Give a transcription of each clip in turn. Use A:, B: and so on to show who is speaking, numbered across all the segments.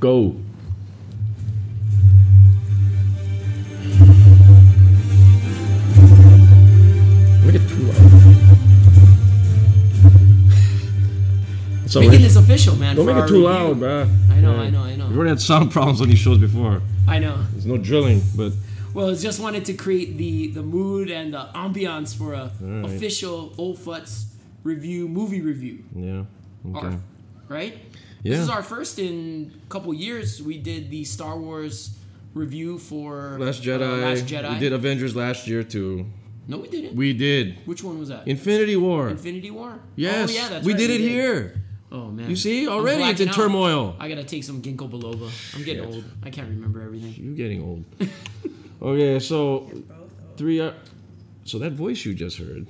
A: Go. Look at Tula. So
B: Making
A: don't
B: this official, man. for
A: make it
B: our
A: too
B: review.
A: loud, bruh.
B: I know,
A: Yeah.
B: I know, I
A: We've
B: know.
A: already had sound problems on these shows before.
B: I know.
A: There's no drilling, but
B: Well, it's just wanted to create the the mood and the ambiance for a
A: Alright.
B: official Old Futz review, movie review.
A: yeah. Okay.
B: Our- right?
A: Yeah.
B: This is our first in a couple years. We did the Star Wars review for
A: Last
B: uh,
A: Jedi.
B: Last Jedi.
A: We did Avengers last year too.
B: no, we didn't.
A: We did
B: Which one was that?
A: Infinity War.
B: Infinity War.
A: yes,
B: Oh, yeah, that's
A: we
B: right,
A: did it here.
B: Oh man.
A: You see,
B: I'm
A: already it's
B: blacking
A: in
B: out.
A: turmoil.
B: I gotta take some ginkgo biloba. I'm getting
A: Shit.
B: old. I can't remember everything.
A: You're getting old. okay, so three. hou- So that voice you just heard,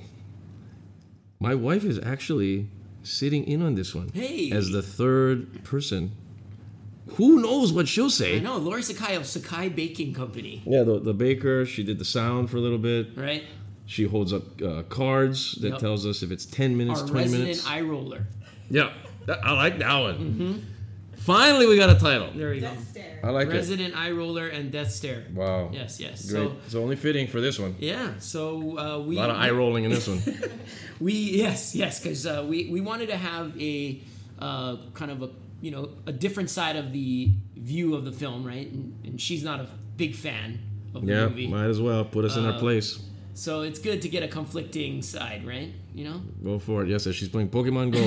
A: my wife is actually sitting in on this one
B: Hey.
A: as the third person. Who knows what she'll
B: I
A: say?
B: know, Lori Sakai of Sakai Baking Company.
A: Yeah, the, the baker. She did the sound for a little bit.
B: Right?
A: She holds up uh, cards that
B: Yep.
A: tells us if it's ten minutes,
B: Our
A: twenty
B: resident
A: minutes.
B: eye roller.
A: yeah, That- I like that one.
B: Mm-hmm.
A: Finally, we got a title.
B: There we go.
C: Death stare.
A: I like it.
B: Resident eye roller and death stare.
A: Wow.
B: Yes, yes.
A: Great.
B: So
A: it's only fitting for this one.
B: yeah, so uh, we
A: A lot of eye rolling in this one.
B: we yes yes because uh, we we wanted to have a uh, kind of a you know a different side of the view of the film right and, and she's not a big fan of the
A: yeah,
B: movie
A: might as well put us in
B: Uh,
A: our place.
B: so it's good to get a conflicting side right you know
A: Go for it. Yes, sir. she's playing Pokemon Go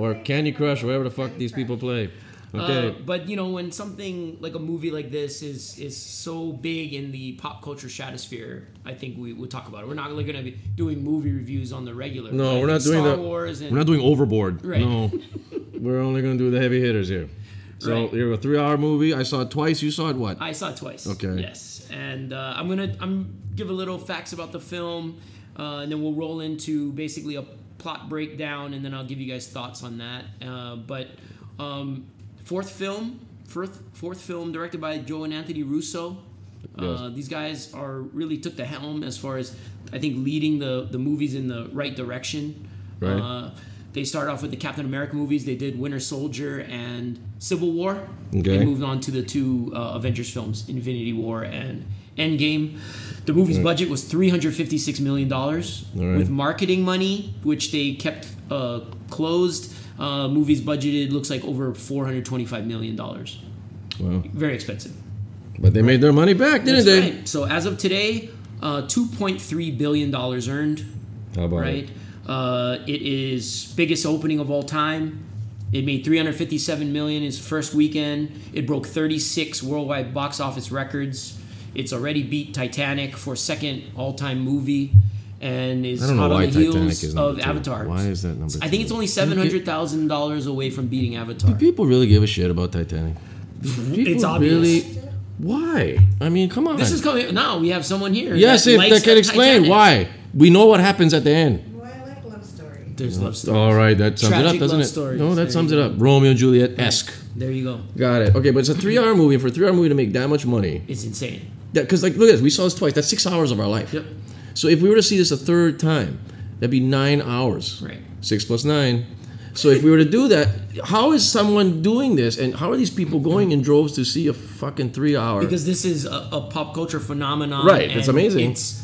A: or, or Candy Crush or whatever the fuck these people play. Okay.
B: Uh, but you know when something like a movie like this is is so big in the pop culture stratosphere I think we will talk about it we're not really going to be doing movie reviews on the regular but
A: no,
B: I
A: we're not
B: think
A: doing
B: Star
A: the-
B: Wars and
A: We're not doing overboard.
B: Right.
A: No, we're only gonna do the heavy hitters here. So
B: Right.
A: you're a three-hour movie. I saw it twice. You saw it what?
B: I saw it twice.
A: Okay.
B: Yes, and uh, I'm gonna I'm give a little facts about the film, uh, and then we'll roll into basically a plot breakdown, and then I'll give you guys thoughts on that. Uh, but um, fourth film, fourth fourth film directed by Joe and Anthony Russo. Uh, these guys are really took the helm as far as I think leading the the movies in the right direction.
A: Right.
B: Uh, they start off with the Captain America movies. They did Winter Soldier and Civil War.
A: Okay.
B: They moved on to the two uh, Avengers films, Infinity War and Endgame. The movie's budget was $356 million
A: right.
B: with marketing money, which they kept uh, closed. Uh, movies budgeted looks like over $425 million.
A: Well,
B: Very expensive.
A: but they made their money back, didn't they?
B: Right. So as of today, uh, $2.3 billion earned
A: How about
B: right?
A: it?
B: Uh, it is biggest opening of all time. It made 357 million its first weekend. It broke 36 worldwide box office records. It's already beat Titanic for second all-time movie, and is
A: I don't know
B: hot
A: why
B: on the heels
A: Titanic is number
B: of
A: two.
B: Avatar.
A: Why is that number
B: I think
A: two?
B: it's only seven hundred thousand dollars away from beating Avatar.
A: People really give a shit about Titanic. People
B: It's obvious.
A: Really, why? I mean, come on.
B: This is coming now. We have someone here.
A: yes, if
B: likes
A: that can explain
B: Titanic.
A: why. We know what happens at the end.
C: Well, I like love story.
B: There's love story.
A: All right, that sums it
B: Tragic
A: up, doesn't
B: love
A: it?
B: stories.
A: No,
B: There
A: that
B: you
A: sums it
B: go.
A: up. Romeo and Juliet esque.
B: There you go.
A: Got it. Okay, but it's a three-hour movie. For a three-hour movie to make that much money,
B: It's insane.
A: because like look at this, we saw this twice. That's six hours of our life.
B: Yep.
A: So if we were to see this a third time, that'd be nine hours.
B: Right.
A: Six plus nine. So if we were to do that, how is someone doing this, and how are these people going in droves to see a fucking three-hour?
B: because this is a, a pop culture phenomenon.
A: Right, it's
B: and
A: amazing.
B: It's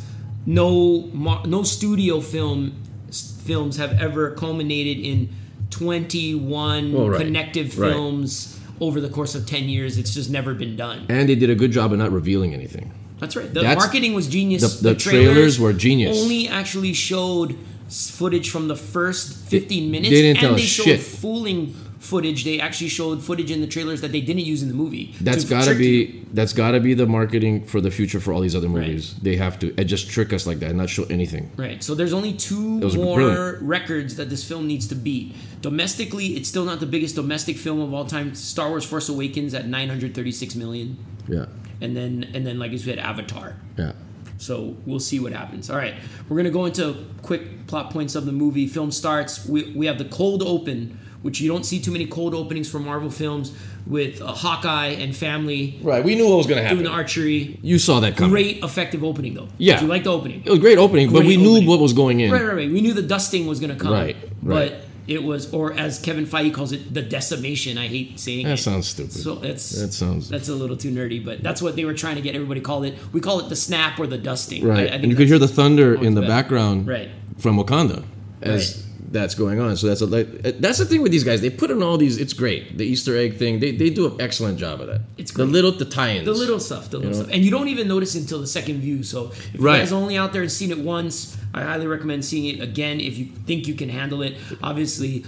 B: no mar- no studio film s- films have ever culminated in twenty one
A: Well, right,
B: connective
A: right.
B: films over the course of ten years. It's just never been done.
A: and they did a good job of not revealing anything.
B: That's right. The
A: That's-
B: marketing was genius.
A: the- the trailers were genius.
B: Only actually showed s- footage from the first 15 minutes.
A: didn't
B: and
A: tell us
B: they showed
A: shit.
B: fooling footage. They actually showed footage in the trailers that they didn't use in the movie.
A: That's
B: to
A: got to
B: trick you.
A: be that's got to be the marketing for the future for all these other movies. They have to uh, just trick us like that and not show anything.
B: Right. So there's only two
A: was
B: more
A: brilliant.
B: records that this film needs to beat. Domestically, it's still not the biggest domestic film of all time. Star Wars: Force Awakens at 936 million,
A: Yeah,
B: and then and then like you said, Avatar.
A: yeah.
B: So we'll see what happens. All right, we're gonna go into quick plot points of the movie. Film starts. We we have the cold open, which you don't see too many cold openings for Marvel films, with uh, Hawkeye and family
A: Right, we knew what was going to
B: doing
A: happen.
B: the archery.
A: you saw that coming.
B: Great effective opening though.
A: Yeah.
B: Did you like the opening?
A: It was a great opening, but
B: Great
A: we knew
B: opening.
A: what was going in.
B: Right, right, right. We knew the dusting was going to come.
A: Right, right.
B: But It was, or as Kevin Feige calls it, the decimation. I hate saying
A: That
B: it.
A: sounds stupid.
B: So that's
A: That sounds-
B: that's a little too nerdy, but that's what they were trying to get everybody called it. We call it the snap or the dusting.
A: right,
B: I- I think
A: and you could hear
B: that's-
A: the thunder in the
B: better.
A: background
B: Right.
A: from Wakanda as that's going on. So that's a like, uh, that's the thing with these guys. They put in all these. It's great. The Easter egg thing. They, they do an excellent job of that.
B: It's
A: the
B: great.
A: little the tie-ins.
B: The little stuff, the little stuff, and you don't even notice until the second view. So if
A: Right.
B: you guys only out there and seen it once, I highly recommend seeing it again if you think you can handle it. Obviously,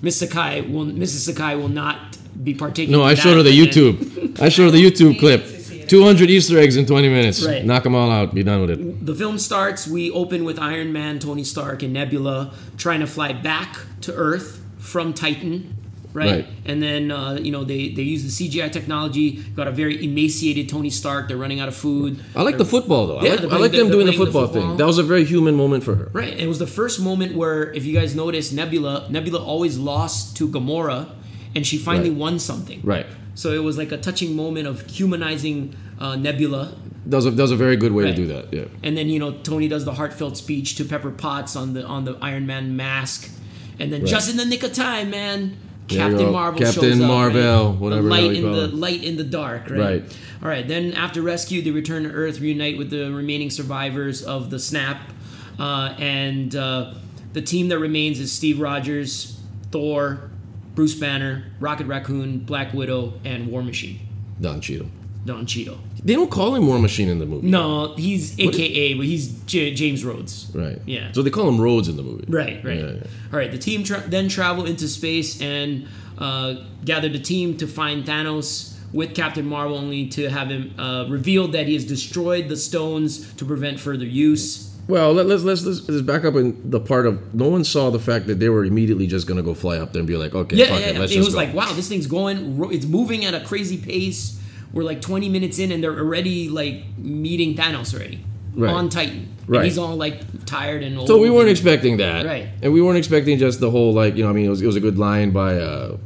B: Miss Sakai will, Mrs. Sakai will not be partaking.
A: No,
B: in
A: I
B: that,
A: showed her the
B: and-
A: YouTube. I showed her the YouTube clip.
C: to see it.
A: 200 Easter eggs in 20 minutes.
B: Right.
A: Knock them all out. Be done with it.
B: The film starts. We open with Iron Man, Tony Stark, and Nebula trying to fly back to Earth from Titan, right?
A: Right.
B: And then uh, you know they they use the CGI technology. Got a very emaciated Tony Stark. They're running out of food.
A: I like the football though. I
B: Yeah,
A: like,
B: they're
A: I
B: playing-
A: like them
B: they're
A: doing the
B: playing the
A: football, thing.
B: football.
A: That was a very human moment for her.
B: Right, and it was the first moment where, if you guys notice, Nebula Nebula always lost to Gamora, and she finally
A: Right.
B: won something.
A: Right.
B: So it was like a touching moment of humanizing uh, Nebula,
A: That was a, that was a very good way to
B: Right.
A: do that. Yeah.
B: and then you know Tony does the heartfelt speech to Pepper Potts on the on the Iron Man mask, and then just in the nick of time, man,
A: There you
B: Captain
A: go.
B: Marvel
A: Captain
B: shows up.
A: Marvel,
B: right?
A: whatever
B: the
A: the hell you
B: light in
A: call
B: the
A: it.
B: light in the dark, right?
A: Right.
B: All right. Then after rescue, they return to Earth, reunite with the remaining survivors of the snap, uh, and uh, the team that remains is Steve Rogers, Thor, Bruce Banner, Rocket Raccoon, Black Widow, and War Machine,
A: Don Cheadle.
B: Don Cheadle.
A: They don't call him War Machine in the movie.
B: No, he's AKA, but he's J- James Rhodes.
A: Right.
B: Yeah.
A: So they call him Rhodes in the movie.
B: Right, right.
A: Yeah, yeah.
B: All right, the team tra- then travel into space and uh, gather the team to find Thanos with Captain Marvel, only to have him uh, revealed that he has destroyed the stones to prevent further use.
A: Well, let, let's, let's let's let's back up in the part of no one saw the fact that they were immediately just gonna go fly up there and be like, okay,
B: Yeah,
A: fuck
B: yeah,
A: it,
B: yeah.
A: let's
B: it
A: just
B: was
A: go.
B: like, wow, this thing's going, ro- it's moving at a crazy pace. We're like 20 minutes in, and they're already like meeting Thanos already
A: Right.
B: on Titan.
A: Right.
B: And he's all like tired and old.
A: So we weren't expecting that,
B: Right.
A: And we weren't expecting just the whole like you know I mean it was, it was a good line by uh,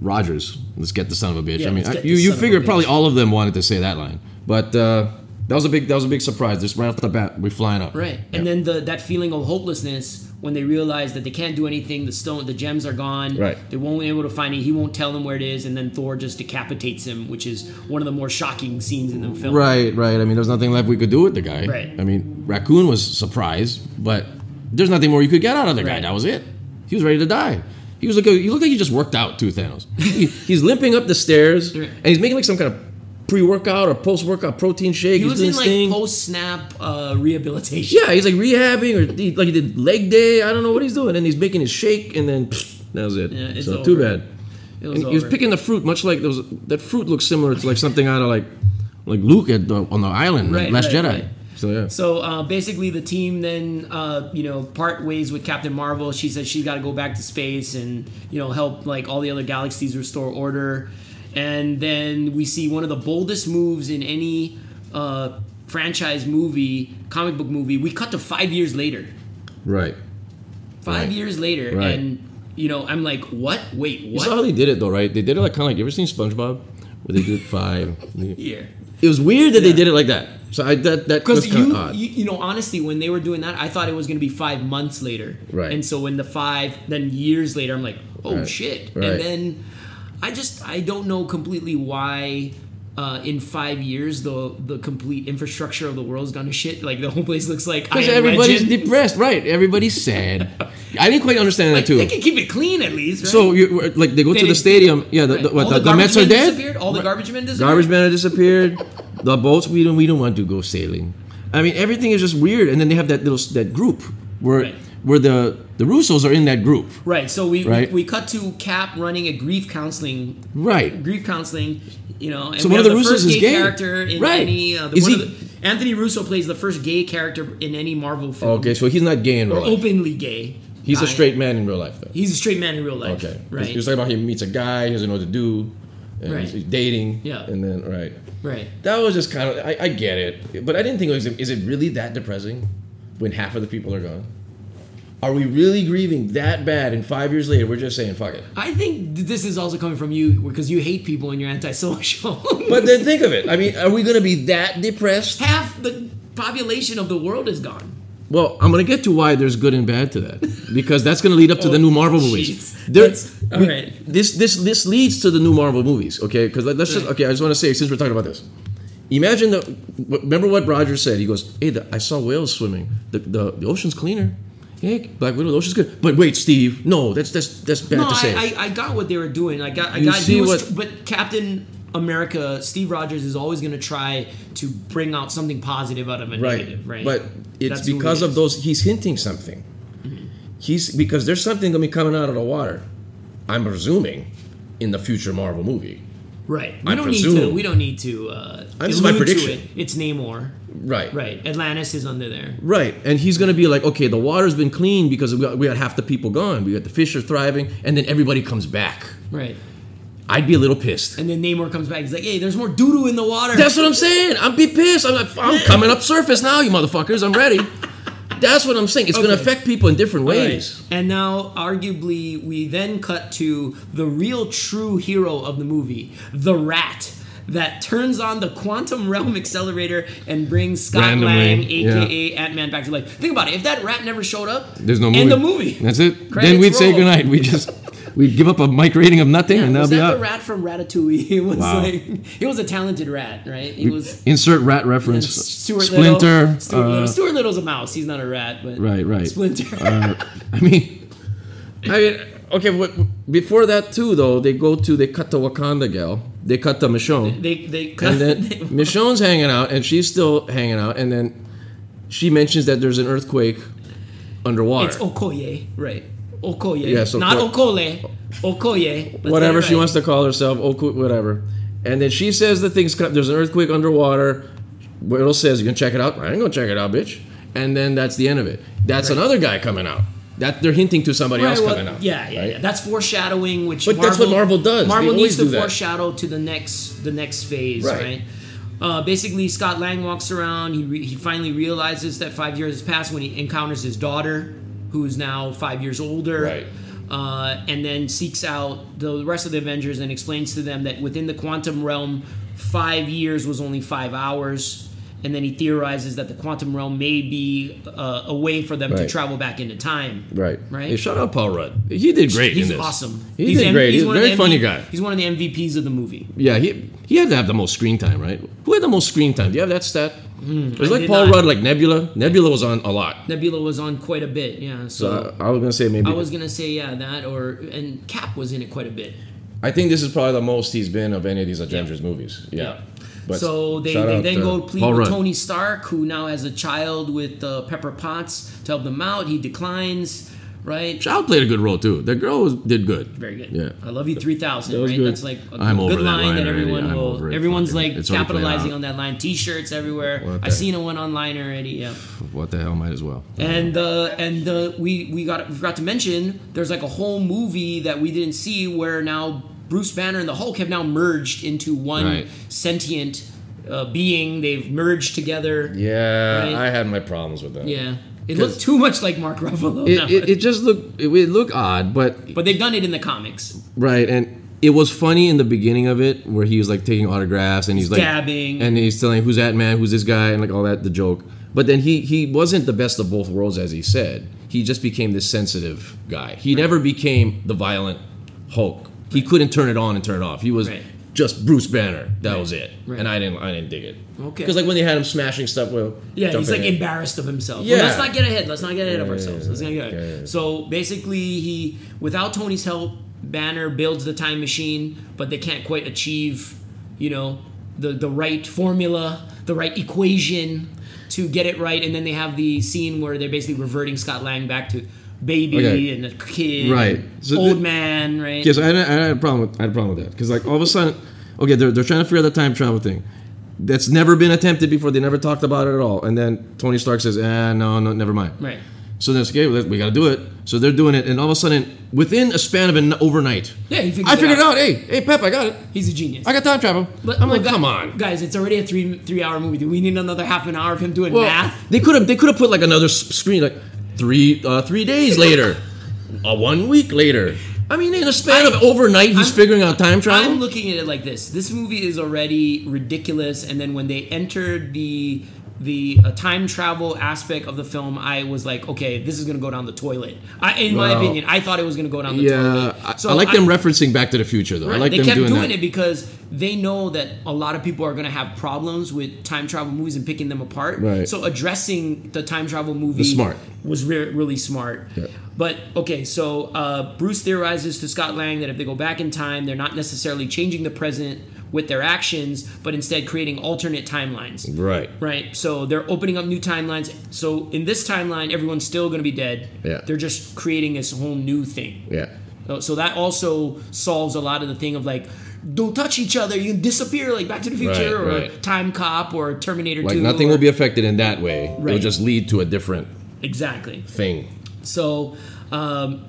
A: Rogers. Let's get the son of a bitch.
B: Yeah,
A: I mean
B: let's get
A: you
B: the
A: you
B: son of a
A: figured probably
B: bitch.
A: all of them wanted to say that line, but uh, that was a big that was a big surprise. Just right off the bat, we're flying up.
B: Right. And then the that feeling of hopelessness when they realize that they can't do anything, the stone the gems are gone.
A: Right.
B: They won't be able to find it, he won't tell them where it is, and then Thor just decapitates him, which is one of the more shocking scenes in the film.
A: Right, right. I mean, there's nothing left we could do with the guy.
B: Right.
A: I mean, Raccoon was surprised, but there's nothing more you could get out of the guy.
B: Right.
A: That was it. He was ready to die. He was like, he looked like he just worked out too, Thanos. he, he's limping up the stairs,
B: Right.
A: and he's making like some kind of pre-workout or post-workout protein shake.
B: He
A: he's
B: was
A: doing
B: in
A: his
B: like
A: thing.
B: post snap uh, rehabilitation.
A: yeah, he's like rehabbing or he, like he did leg day. I don't know what he's doing. And he's making his shake, and then pfft, that was it.
B: Yeah, it's
A: so too
B: over.
A: bad.
B: It was
A: And he was
B: over.
A: picking the fruit, much like there was, that fruit looks similar to like something out of like like Luke at the, on the island,
B: Right,
A: Last
B: right,
A: Jedi.
B: right.
A: So yeah.
B: So uh, basically, the team then uh, you know part ways with Captain Marvel. She says she's got to go back to space and you know help like all the other galaxies restore order. And then we see one of the boldest moves in any uh, franchise movie, comic book movie. We cut to five years later.
A: Right.
B: Five
A: Right.
B: years later,
A: Right.
B: and you know I'm like, what? Wait,
A: You saw
B: what?
A: how they did it though, right? They did it like kind of like you ever seen SpongeBob, where they did five.
B: Here.
A: It was weird that they did it like that. So I that that was
B: Because
A: kind
B: you,
A: of odd.
B: you, you know, honestly, when they were doing that, I thought it was going to be five months later.
A: Right.
B: And so when the five, then years later, I'm like, oh
A: Right.
B: shit.
A: Right.
B: And then I just I don't know completely why. Uh, in five years, the the complete infrastructure of the world's gone to shit. Like the whole place looks like I
A: Because
B: Am
A: everybody's
B: Legend.
A: depressed, right? Everybody's sad. I didn't quite understand that
B: Like,
A: too.
B: they can keep it clean at least. Right?
A: so you like they go
B: They
A: to the
B: didn't-
A: stadium. Yeah, the,
B: Right.
A: the, what,
B: All
A: the, the,
B: garbage
A: Mets are
B: men
A: dead.
B: Disappeared. All the garbage men disappeared.
A: Garbage men have disappeared. the boats we don't we don't want to go sailing. I mean, everything is just weird. And then they have that little s- that group where
B: Right.
A: where the the Russos are in that group,
B: Right. So we,
A: Right.
B: we we cut to Cap running a grief counseling
A: right?
B: grief counseling, you know. And
A: So
B: we
A: one of
B: have
A: the Russos
B: first
A: is gay.
B: character in
A: Right.
B: any. Uh, the,
A: Is
B: one
A: he-
B: of the, Anthony Russo plays the first gay character in any Marvel film.
A: Okay, so he's not gay in real
B: Or
A: life.
B: openly gay.
A: He's a
B: guy.
A: straight man in real life, though.
B: He's a straight man in real life.
A: Okay. Right.
B: Right.
A: He was talking about he meets a guy, he doesn't know what to do, and
B: Right.
A: he's, he's dating.
B: Yeah.
A: And then right.
B: right.
A: That was just kind of I, I get it, but I didn't think it was. Is it really that depressing when half of the people are gone? Are we really grieving that bad? And five years later, we're just saying fuck it.
B: I think th- this is also coming from you because you hate people and you're antisocial.
A: But then think of it. I mean, are we gonna be that depressed?
B: half the population of the world is gone.
A: Well, I'm gonna get to why there's good and bad to that because that's gonna lead up to the new Marvel movies.
B: Oh, jeez.
A: There-
B: That's- all
A: we-
B: right.
A: This this this leads to the new Marvel movies, okay? Because let's just okay. I just want to say since we're talking about this, imagine the remember what Rogers said. He goes, "Hey, the, I saw whales swimming. The, the the ocean's cleaner. Hey, Black Widow, the ocean's good. But wait, Steve, no, that's that's that's bad
B: No,
A: to say.
B: I, I, I got what they were doing. I got I
A: You
B: got
A: see
B: he was,
A: what-
B: but Captain America, Steve Rogers is always going to try to bring out something positive out of a
A: right,
B: negative, right?
A: But it's
B: That's who
A: because
B: he
A: of
B: is. Mm-hmm.
A: those. He's hinting something. He's because there's something gonna be coming out of the water. I'm presuming in the future Marvel movie.
B: right. We
A: I
B: don't need
A: presume.
B: to. We don't need to. Uh,
A: This is my
B: allude to
A: prediction.
B: it. It's Namor,
A: Right.
B: right? Atlantis is under there.
A: Right. And he's gonna be like, okay, the water's been cleaned because we got, we got half the people gone. We got the fish are thriving, and then everybody comes back.
B: Right.
A: I'd be a little pissed.
B: And then Namor comes back. He's like, "Hey, there's more doo doo in the water."
A: That's what I'm saying. I'm be pissed. I'm, like, I'm coming up surface now, you motherfuckers. I'm ready. That's what I'm saying. It's gonna
B: Okay.
A: affect people in different
B: Right.
A: ways.
B: And now, arguably, we then cut to the real true hero of the movie, the rat, that turns on the quantum realm accelerator and brings Scott
A: Randomly,
B: Lang, aka Ant Man, back to life. Think about it. If that rat never showed up,
A: There's no movie.
B: End the movie.
A: That's it.
B: Credits
A: then we'd say
B: roll.
A: goodnight. We just we'd give up a mic rating of nothing, and that'll
B: was
A: be
B: that the
A: out.
B: rat from Ratatouille? It was
A: Wow.
B: like he was a talented rat, right? He was
A: Insert rat reference.
B: Stuart
A: Splinter.
B: Little. Stuart,
A: uh,
B: Little. Stuart Little's a mouse. He's not a rat, but
A: Right, right.
B: Splinter.
A: uh, I mean, I mean, okay. What, before that too, though, they go to they cut the Wakanda gal. They cut the Michonne,
B: they they cut.
A: and then
B: they-
A: Michonne's hanging out, and she's still hanging out, and then she mentions that there's an earthquake underwater.
B: It's Okoye, right? Okoye,
A: Yes,
B: not
A: Okoye.
B: Okole. Okoye, Let's get it
A: whatever she
B: right.
A: wants to call herself, Oku, whatever. And then she says the thing's cut. There's an earthquake underwater. Whittle says, "You can check it out." I ain't gonna check it out, bitch. And then that's the end of it. That's another guy coming out. That they're hinting to somebody
B: Right,
A: else
B: well,
A: coming out.
B: yeah, yeah,
A: right?
B: yeah. That's foreshadowing, which
A: But
B: Marvel,
A: that's what Marvel does. They
B: Marvel needs
A: always
B: to
A: do that.
B: foreshadow to the next the next phase, right?
A: Right.
B: Uh, basically, Scott Lang walks around. He re- he finally realizes that five years has passed when he encounters his daughter, who is now five years older.
A: Right.
B: Uh, and then seeks out the rest of the Avengers and explains to them that within the quantum realm, five years was only five hours. And then he theorizes that the quantum realm may be uh, a way for them to
A: Right.
B: travel back into time.
A: Right.
B: Right.
A: Hey, shout out Paul Rudd. He did great.
B: He's
A: in this.
B: awesome.
A: He did
B: M-
A: great. He's,
B: one
A: a
B: of
A: very
B: the
A: funny
B: MVP
A: guy.
B: He's one of the MVPs of the movie.
A: Yeah, he he had to have the most screen time, right? Who had the most screen time? Do you have that stat? it was
B: Hmm, I
A: like
B: did
A: Paul
B: not.
A: Rudd, like Nebula. Nebula was on a lot.
B: Nebula was on quite a bit, yeah. So
A: Uh, I was gonna say maybe.
B: I was gonna say yeah that or and Cap was in it quite a bit.
A: I think this is probably the most he's been of any of these Avengers movies. Yeah. But
B: so they,
A: shout
B: they
A: out,
B: then
A: uh,
B: go plead
A: Paul
B: with
A: Rudd.
B: Tony Stark, who now has a child with uh, Pepper Potts to help them out. He declines, right?
A: Child played a good role too. The girl was, did good.
B: Very good. Uh,
A: Yeah.
B: I love you three thousand.
A: That was
B: Right.
A: good.
B: That's like a
A: I'm
B: good
A: over that
B: line
A: line
B: that
A: already.
B: everyone
A: I'm
B: will.
A: over it.
B: Everyone's
A: Fucking-
B: like
A: it's already played
B: capitalizing
A: out.
B: on that line. T-shirts everywhere.
A: What
B: I
A: the-
B: seen a one online already. Yeah.
A: What the hell? Might as well.
B: And uh, and uh, we we got we forgot to mention there's like a whole movie that we didn't see where now Bruce Banner and the Hulk have now merged into one
A: Right.
B: sentient uh, being. They've merged together. Yeah,
A: Yeah,
B: Right.
A: I had my problems with that.
B: it looked too much like Mark Ruffalo.
A: It,
B: now.
A: it, it just looked it, it looked odd, but
B: but they've done it in the comics.
A: right and. It was funny in the beginning of it where he was like taking autographs and he's like
B: Dabbing.
A: and he's telling who's that man, who's this guy, and like all that the joke. But then he he wasn't the best of both worlds as he said. He just became this sensitive guy. He never became the violent Hulk. He couldn't turn it on and turn it off. He was
B: Right.
A: just Bruce Banner. That was it.
B: Right.
A: And I didn't I didn't dig it.
B: Okay.
A: Because like when they had him smashing stuff, well,
B: Yeah, he's
A: jumping
B: like
A: in.
B: embarrassed of himself.
A: Yeah.
B: Well, let's not get ahead. Let's not get ahead of
A: Yeah,
B: ourselves.
A: yeah,
B: let's not get ahead.
A: yeah, yeah.
B: So basically, he without Tony's help, Banner builds the time machine, but they can't quite achieve, you know, the the right formula, the right equation to get it right. And then they have the scene where they're basically reverting Scott Lang back to baby
A: Okay.
B: and a kid,
A: Right. So
B: old
A: the-
B: man, right?
A: Yes, I had, a- I had a problem. With, I had a problem with that because like all of a sudden, okay, they're, they're trying to figure out the time travel thing. That's never been attempted before. They never talked about it at all. And then Tony Stark says, "Ah, no, no, never mind."
B: Right.
A: So then it's okay. well, We got to do it. So they're doing it, and all of a sudden, within a span of an overnight,
B: Yeah, he figured
A: I figured it out. Hey, hey, Pep, I got it.
B: He's a genius.
A: I got time travel.
B: But-
A: I'm like,
B: but
A: come
B: gu-
A: on.
B: guys! It's already a three three hour movie. Do we need another half an hour of him doing
A: Well,
B: math?
A: they could have they could have put like another s- screen like three uh, three days later, uh, one week later. I mean, in a span of overnight, he's
B: I'm-
A: figuring out time travel.
B: I'm looking at it like this. This movie is already ridiculous, and then when they entered the the uh, time travel aspect of the film, I was like, okay, this is gonna go down the toilet. I, in my
A: Wow.
B: opinion, I thought it was gonna go down the
A: Yeah,
B: toilet.
A: I, I like them referencing Back to the Future though. I like
B: they
A: them
B: kept
A: doing,
B: doing,
A: that.
B: it because they know that a lot of people are going to have problems with time travel movies and picking them apart.
A: Right.
B: So addressing the time travel movie
A: The smart.
B: was re- really smart.
A: Yeah.
B: But okay, so uh, Bruce theorizes to Scott Lang that if they go back in time, they're not necessarily changing the present with their actions, but instead creating alternate timelines.
A: Right.
B: Right. So they're opening up new timelines. So in this timeline, everyone's still going to be dead.
A: Yeah.
B: They're just creating this whole new thing.
A: Yeah.
B: So- So that also solves a lot of the thing of like, don't touch each other, you can disappear, like Back to the Future
A: Right,
B: or
A: right.
B: Time Cop or Terminator
A: Like
B: 2.
A: nothing
B: or-
A: will be affected in that way. It'll
B: uh, Right.
A: just lead to a different
B: Exactly.
A: thing.
B: So um,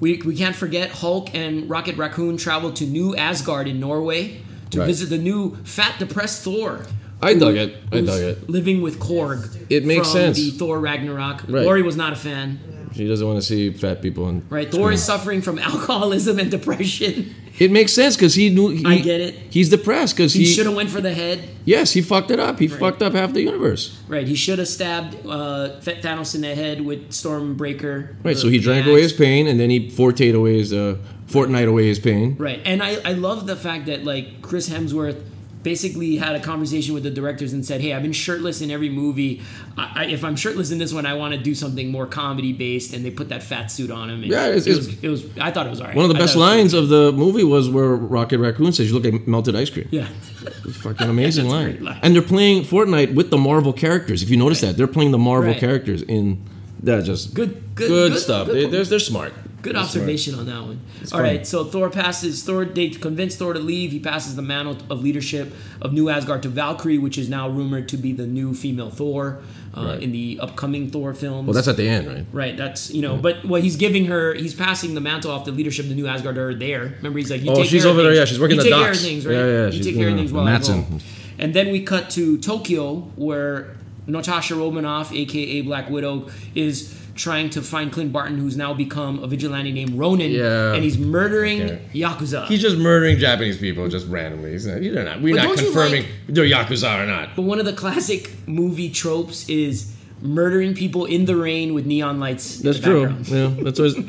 B: we, we can't forget Hulk and Rocket Raccoon travel to New Asgard in Norway to
A: Right.
B: visit the new fat, depressed Thor.
A: I dug it. I
B: who's
A: dug it.
B: Living with Korg.
A: It makes
B: from
A: sense.
B: The Thor Ragnarok.
A: Right.
B: Lori was not a fan.
A: She doesn't want to see fat people. And
B: Right. Thor is suffering from alcoholism and depression.
A: It makes sense because he knew. He,
B: I get it.
A: He's depressed because
B: He
A: he.
B: should have went for the head.
A: yes, he fucked it up. He fucked up half the universe.
B: Right, he should have stabbed uh, Th- Thanos in the head with Stormbreaker.
A: Right.
B: the-
A: So he
B: the
A: drank
B: axe.
A: away his pain, and then he forteed away his uh, fortnight away his pain.
B: Right, and I, I love the fact that like Chris Hemsworth basically had a conversation with the directors and said, "Hey, I've been shirtless in every movie. I, I, if I'm shirtless in this one, I want to do something more comedy based." And they put that fat suit on him. and
A: Yeah, it's-
B: it, was,
A: it's-
B: it was. I thought it was alright.
A: One of the
B: I
A: best
B: thought it
A: lines
B: was
A: of the movie was where Rocket Raccoon says, "You look like melted ice cream."
B: pretty- Yeah,
A: It's a fucking amazing
B: That's a
A: line.
B: great line.
A: And they're playing Fortnite with the Marvel characters. If you notice that, they're playing the Marvel
B: Right.
A: characters in. That's just
B: Good- good-
A: good,
B: good-
A: stuff.
B: good
A: they,
B: point.
A: they're, they're smart.
B: Good
A: That's smart.
B: observation on that one. All
A: fun.
B: right, so Thor passes Thor. They convince Thor to leave. He passes the mantle of leadership of New Asgard to Valkyrie, which is now rumored to be the new female Thor uh,
A: Right.
B: in the upcoming Thor films.
A: Well, that's at the end, right?
B: right. That's you know, but what he's giving her, he's passing the mantle off the leadership of the New Asgard to her there. Remember, he's like, you
A: Oh,
B: take
A: she's
B: care of
A: over there,
B: things.
A: yeah, she's working
B: you
A: the
B: take care of
A: docks.
B: things, right?
A: Yeah, yeah,
B: you
A: she's
B: take care of
A: doing
B: things
A: a
B: while I
A: Madsen.
B: go. And then we cut to Tokyo, where Natasha Romanoff, aka Black Widow, is trying to find Clint Barton, who's now become a vigilante named Ronin,
A: Yeah.
B: and he's murdering
A: Okay.
B: yakuza.
A: He's just murdering Japanese people just randomly. He's not, they're not, we're
B: But
A: not
B: don't you
A: confirming
B: like-
A: they're Yakuza or not.
B: but one of the classic movie tropes is murdering people in the rain with neon lights. in
A: That's
B: the
A: true.
B: background.
A: Yeah, that's always.
B: With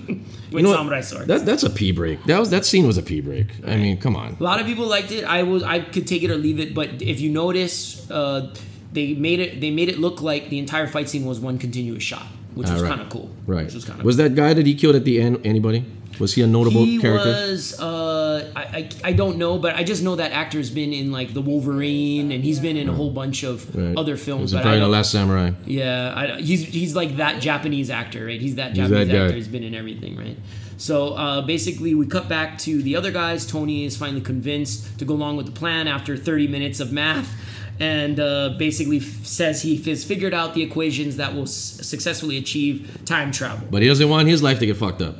A: you know what?
B: samurai swords.
A: That, that's a pee break. That was that scene was a pee break. I mean, come on.
B: A lot of people liked it. I was I could take it or leave it, but if you notice, uh, they made it they made it look like the entire fight scene was one continuous shot, which
A: Ah,
B: was
A: right.
B: kind of cool.
A: Right.
B: Which was kind of
A: Was that guy that he killed at the end anybody? Was he a notable
B: he
A: character?
B: was uh, I, I I don't know, but I just know that actor's been in like the Wolverine, and he's been in a whole bunch of
A: Right.
B: other
A: Was
B: films.
A: it
B: But I
A: probably the
B: don't-
A: Last Samurai?
B: yeah, I, he's he's like that Japanese actor, right? He's that
A: He's
B: Japanese
A: that guy.
B: actor. He's been in everything, right? So uh, basically, we cut back to the other guys. Tony is finally convinced to go along with the plan after 30 minutes of math, and uh, basically f- says he has figured out the equations that will s- successfully achieve time travel.
A: But he doesn't want his life to get fucked up.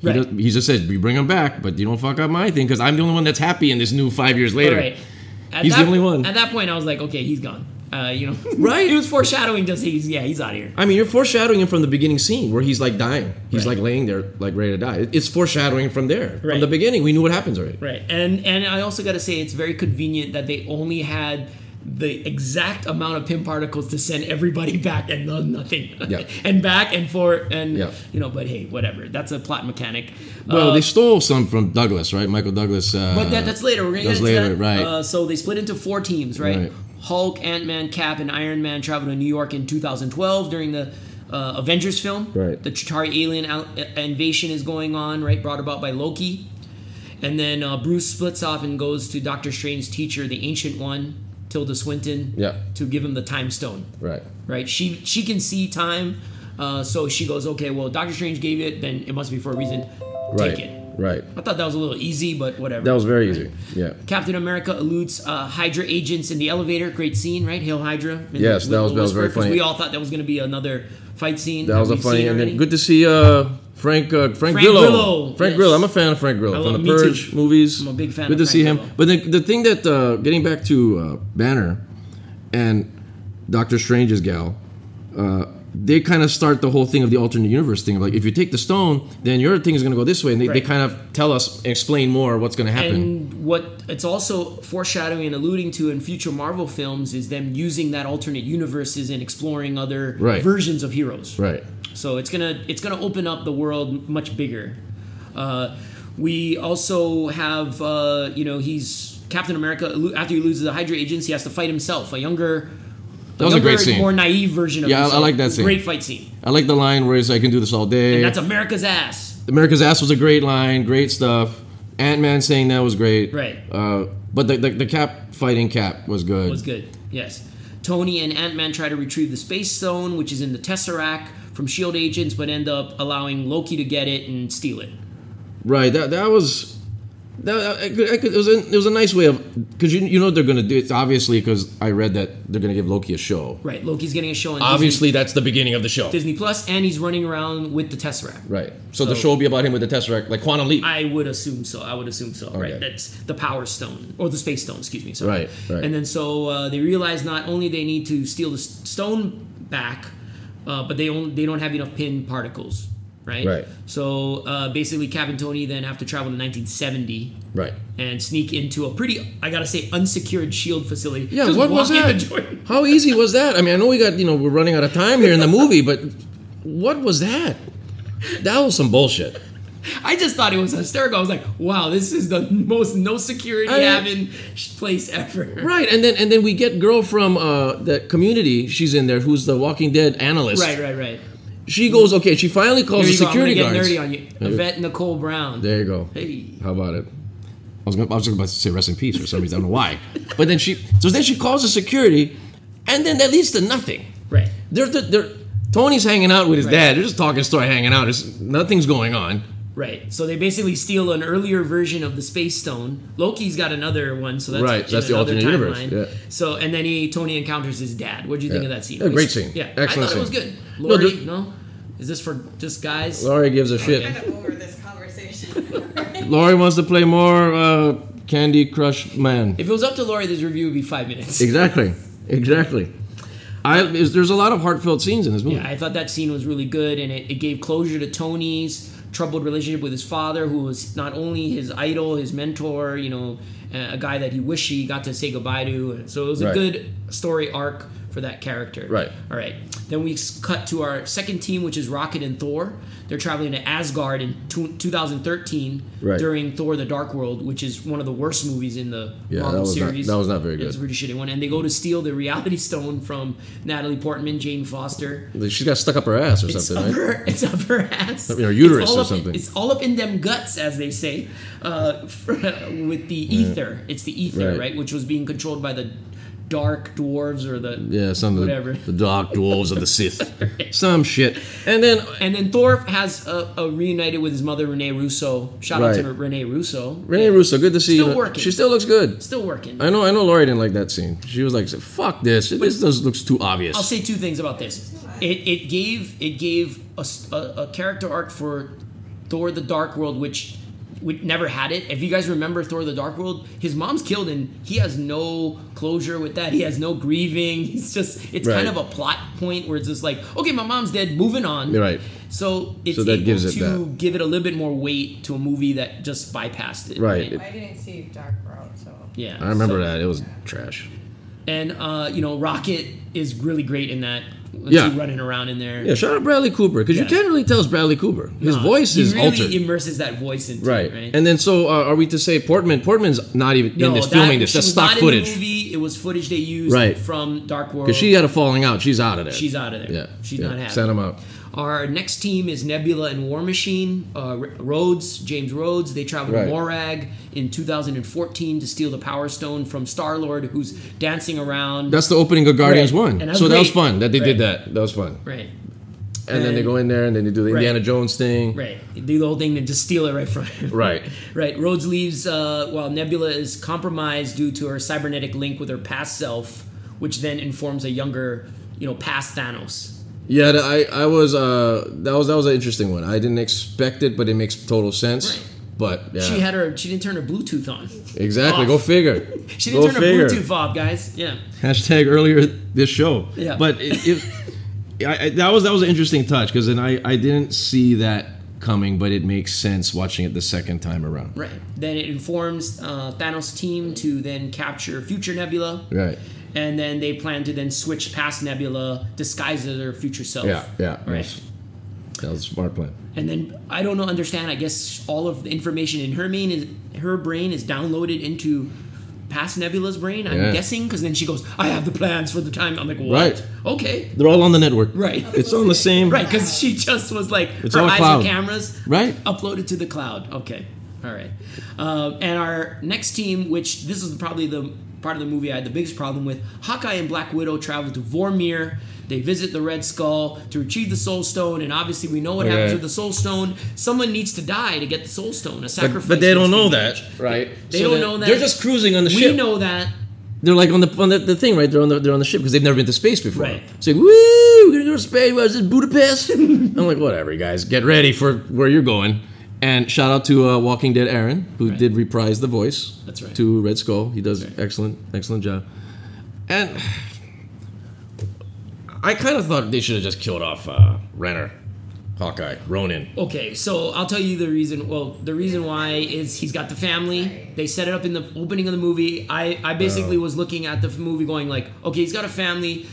A: He,
B: Right.
A: does- he just says, "You bring him back, but you don't fuck up my thing because I'm the only one that's happy in this new five years later."
B: All right. At
A: He's the
B: that-
A: only one.
B: At that point, I was like, okay, he's gone. Uh, you know,
A: Right.
B: It was foreshadowing. Just he's yeah, he's out of here.
A: I mean, you're foreshadowing him from the beginning scene where he's like dying. He's
B: Right.
A: like laying there, like ready to die. It- It's foreshadowing from there. From
B: Right.
A: the beginning, we knew what happens already.
B: Right. And and I also got to say it's very convenient that they only had the exact amount of pin particles to send everybody back and no, nothing.
A: Yeah.
B: and back and forth and
A: Yeah.
B: you know, but hey, whatever. That's a plot mechanic.
A: Well,
B: Uh,
A: they stole some from Douglas, right? Michael Douglas. Uh,
B: but that, that's later. We're gonna
A: that's
B: get into
A: later,
B: that.
A: right.
B: Uh, so they split into four teams, right?
A: Right.
B: Hulk, Ant Man, Cap, and Iron Man traveled to New York in 2012 during the uh, Avengers film.
A: Right.
B: The Chitauri alien al- uh, invasion is going on, right? Brought about by Loki. And then uh, Bruce splits off and goes to Doctor Strange's teacher, the Ancient One, Tilda Swinton,
A: Yeah.
B: to give him the Time Stone
A: right.
B: right? She she can see time, uh, so she goes, okay, well, Doctor Strange gave it, then it must be for a reason.
A: Right.
B: Take it.
A: Right.
B: I thought that was a little easy, but whatever.
A: That was very easy. Yeah.
B: Captain America eludes uh, Hydra agents in the elevator. Great scene, right? Hail Hydra. in the-
A: Yes, that was-
B: with the
A: that was
B: whisper,
A: very
B: 'cause
A: funny.
B: We all thought that was going to be another fight scene.
A: That was a
B: we've
A: funny.
B: seen
A: And
B: already.
A: then good to see uh, Frank, uh, Frank Grillo.
B: Grillo,
A: Frank
B: yes.
A: Grillo. I'm a fan of Frank Grillo
B: love-
A: from
B: me
A: the Purge
B: too.
A: movies.
B: I'm a big fan
A: Good to
B: of
A: see
B: Frank
A: him.
B: Grillo.
A: But the, the thing that uh, getting back to uh, Banner and Doctor Strange's gal, uh, they kind of start the whole thing of the alternate universe thing of like if you take the stone, then your thing is going to go this way, and they, they
B: Right.
A: kind of tell us and explain more what's going to happen.
B: And what it's also foreshadowing and alluding to in future Marvel films is them using that alternate universes and exploring other
A: Right.
B: versions of heroes.
A: right.
B: So it's gonna it's gonna open up the world much bigger. Uh, we also have uh, you know he's Captain America lo- after he loses the Hydra agents he has to fight himself a younger
A: That was a great scene.
B: more naive version of
A: Yeah, I- I
B: himself.
A: like that scene.
B: great fight scene
A: I like the line where he's like, "I can do this all day."
B: and that's America's ass
A: America's ass was a great line, great stuff. Ant Man saying that was great.
B: Right.
A: Uh, but the, the the Cap fighting Cap was good.
B: was good yes Tony and Ant Man try to retrieve the space stone which is in the Tesseract from Shield E agents but end up allowing Loki to get it and steal it
A: Right. That that was. That, I could, I could, it, was a, it was a nice way of because you you know what they're gonna do it's obviously because I read that they're gonna give Loki a show.
B: right Loki's getting a show on
A: Obviously, that's the beginning of the show.
B: Disney, Disney Plus and he's running around with the Tesseract
A: Right. So, the
B: So-
A: show will be about him with the Tesseract, like Quantum Leap.
B: I would assume so. I would assume so.
A: Okay.
B: Right. That's the Power Stone or the Space Stone. Excuse me. Sorry.
A: Right, right.
B: And then so uh, they realize not only they need to steal the s- stone back, uh, but they only, they don't have enough pin particles. Right.
A: Right.
B: So uh, basically, Cap and Tony then have to travel to 1970
A: right.
B: and sneak into a pretty, I gotta say, unsecured shield facility.
A: Yeah.
B: Just
A: what was
B: walk into
A: that?
B: Jordan.
A: How easy was that? I mean, I know we got you know we're running out of time here in the movie, but what was that? That was some bullshit.
B: I just thought it was hysterical. I was like, wow, this is the most no security
A: I-
B: having sh- place ever.
A: Right, and then and then we get girl from uh, that community. She's in there, who's the Walking Dead analyst.
B: Right. Right. Right.
A: She goes, okay. She finally calls
B: Here
A: the
B: you go, I'm gonna
A: security
B: get
A: guards.
B: nerdy on you. Yvette Nicole Brown.
A: There you go.
B: Hey.
A: How about it? I was, gonna, I was about to say rest in peace for some reason. I don't know why. But then she, so then she calls the security, and then that leads to nothing.
B: Right.
A: They're, they're, they're Tony's hanging out with his dad. They're just talking story, hanging out. It's, nothing's going on.
B: Right. So they basically steal an earlier version of the Space Stone. Loki's got another one, so that's
A: Right,
B: in
A: that's the
B: another
A: alternate universe,
B: timeline.
A: yeah.
B: So and then he Tony encounters his dad. What would you think
A: Yeah.
B: of that scene?
A: Yeah, great
B: Was-
A: scene.
B: Yeah. I
A: Excellent
B: thought it was
A: scene.
B: good.
A: No,
B: Lori,
A: the-
B: no, Is this for just guys?
A: Laurie gives a
C: kind
A: shit.
C: of over this conversation.
A: Laurie wants to play more uh, Candy Crush Man.
B: If it was up to Lori, this review would be five minutes.
A: Exactly. Exactly. I, is, there's a lot of heartfelt scenes in this movie.
B: Yeah, I thought that scene was really good, and it, it gave closure to Tony's troubled relationship with his father, who was not only his idol, his mentor, you know, a a guy that he wished he got to say goodbye to. So it was a
A: Right.
B: good story arc for that character.
A: Right.
B: All right. Then we s- cut to our second team, which is Rocket and Thor. They're traveling to Asgard in two- 2013
A: Right.
B: during Thor: The Dark World, which is one of the worst movies in the
A: Yeah, that
B: Marvel
A: was not-
B: series.
A: that was not very
B: It was a
A: good.
B: pretty shitty one. And they go to steal the Reality Stone from Natalie Portman, Jane Foster.
A: She's got stuck up her ass or
B: It's up,
A: something, right?
B: her, it's up her ass.
A: Or uterus
B: It's all
A: or
B: up-
A: something.
B: It's all up in them guts, as they say, uh, with the ether. It's the ether,
A: Right.
B: right. Which was being controlled by the dark dwarves or the.
A: Yeah, some of
B: Whatever.
A: the, the Dark Dwarves of the Sith. Some shit. And then
B: And then Thor has uh, a, a reunited with his mother, Renee Russo. Shout out to
A: Right.
B: Renee Russo.
A: Renee Russo, good to see
B: Still
A: you.
B: working.
A: She still looks good.
B: Still working.
A: I know I know Laurie didn't like that scene. She was like, fuck this. This does, looks too obvious.
B: I'll say two things about this. It, it gave it gave a, s- a- a character arc for Thor: The Dark World, which we never had it. If you guys remember Thor: The Dark World, his mom's killed and he has no closure with that. He has no grieving. He's just it's kind
A: Right.
B: of a plot point where it's just like, okay, my mom's dead, moving on.
A: You're right.
B: So it's
A: So that
B: able
A: gives it
B: to
A: that.
B: give it a little bit more weight to a movie that just bypassed it.
A: Right.
C: I didn't see Dark World, so.
B: Yeah.
A: I remember
B: so-
A: that. It was trash.
B: And uh, you know, Rocket is really great in that. Let's
A: Yeah.
B: see, running around in there.
A: Yeah, shout out Bradley Cooper, because you
B: Yeah.
A: can't really tell it's Bradley Cooper. His
B: Uh,
A: voice
B: he
A: is
B: really
A: altered.
B: immerses that voice into
A: right.
B: it, right?
A: And then so uh, are we to say Portman Portman's not even in this filming this.
B: she
A: That's
B: was
A: stock
B: not In the
A: footage.
B: movie, it was footage they used
A: Right.
B: from Dark World.
A: Because she had a falling out. She's out of there.
B: She's out of there.
A: Yeah.
B: She's
A: yeah.
B: not happy.
A: Send him out.
B: Our next team is Nebula and War Machine. Uh, R- Rhodes, James Rhodes. They travel
A: Right.
B: to Morag in 2014 to steal the Power Stone from Star Lord, who's dancing around.
A: That's the opening of Guardians
B: Right.
A: 1.
B: And that's
A: so that was
B: great.
A: fun that they did
B: Right.
A: that. That was fun.
B: right.
A: and then they
B: And-
A: go in there and then they do the
B: Right.
A: Indiana Jones thing.
B: Right. They Do the whole thing and just steal it right from him.
A: Right.
B: Right. Rhodes leaves uh, while Nebula is compromised due to her cybernetic link with her past self, which then informs a younger, you know, past Thanos.
A: Yeah, th- I I was uh that was that was an interesting one. I didn't expect it, but it makes total sense.
B: Right.
A: But yeah,
B: She had her. She didn't turn her Bluetooth on.
A: exactly.
B: off.
A: Go figure.
B: She
A: go
B: didn't turn
A: figure.
B: her Bluetooth off, guys. Yeah.
A: Hashtag earlier this show.
B: Yeah.
A: But it, it I, I, that was that was an interesting touch because then I, I didn't see that coming, but it makes sense watching it the second time around.
B: Right. Then it informs uh, Thanos' team to then capture future Nebula.
A: Right.
B: And then they plan to then switch past Nebula, disguised as her future self.
A: Yeah. Yeah. that
B: Right.
A: was- That was a smart plan.
B: And then I don't know, understand. I guess all of the information in her main is her brain is downloaded into past Nebula's brain. I'm
A: Yeah.
B: guessing because then she goes, "I have the plans for the time." I'm like, what?
A: Right.
B: Okay.
A: They're all on the network.
B: Right.
A: It's on the same.
B: Right, because she just was like
A: It's
B: her
A: all
B: eyes
A: cloud.
B: are cameras.
A: Right.
B: Uploaded to the cloud. Okay. All right. Um, and our next team, which this is probably the part of the movie I had the biggest problem with, Hawkeye and Black Widow travel to Vormir. They visit the Red Skull to retrieve the Soul Stone, and obviously we know what happens
A: Right.
B: with the Soul Stone. Someone needs to die to get the Soul Stone. A
A: But,
B: sacrifice.
A: but they
B: needs
A: don't
B: to
A: know
B: be
A: that,
B: made.
A: right?
B: They don't
A: then
B: know that.
A: They're just cruising on the
B: We
A: ship.
B: know that.
A: They're like on the on the, the thing, right? They're on the they're on the ship because they've never been to space before.
B: Right.
A: So woo, we're gonna go to space. What is this Budapest? I'm like, whatever, you guys. Get ready for where you're going. And shout out to uh, Walking Dead Aaron, who
B: Right.
A: did reprise the voice.
B: That's right.
A: To Red Skull, he does
B: Right.
A: excellent excellent job. And I kind of thought they should have just killed off uh, Renner, Hawkeye, Ronin.
B: Okay, so I'll tell you the reason. Well, the reason why is he's got the family. They set it up in the opening of the movie. I, I
A: Oh.
B: basically was looking at the movie going like, okay, he's got a family.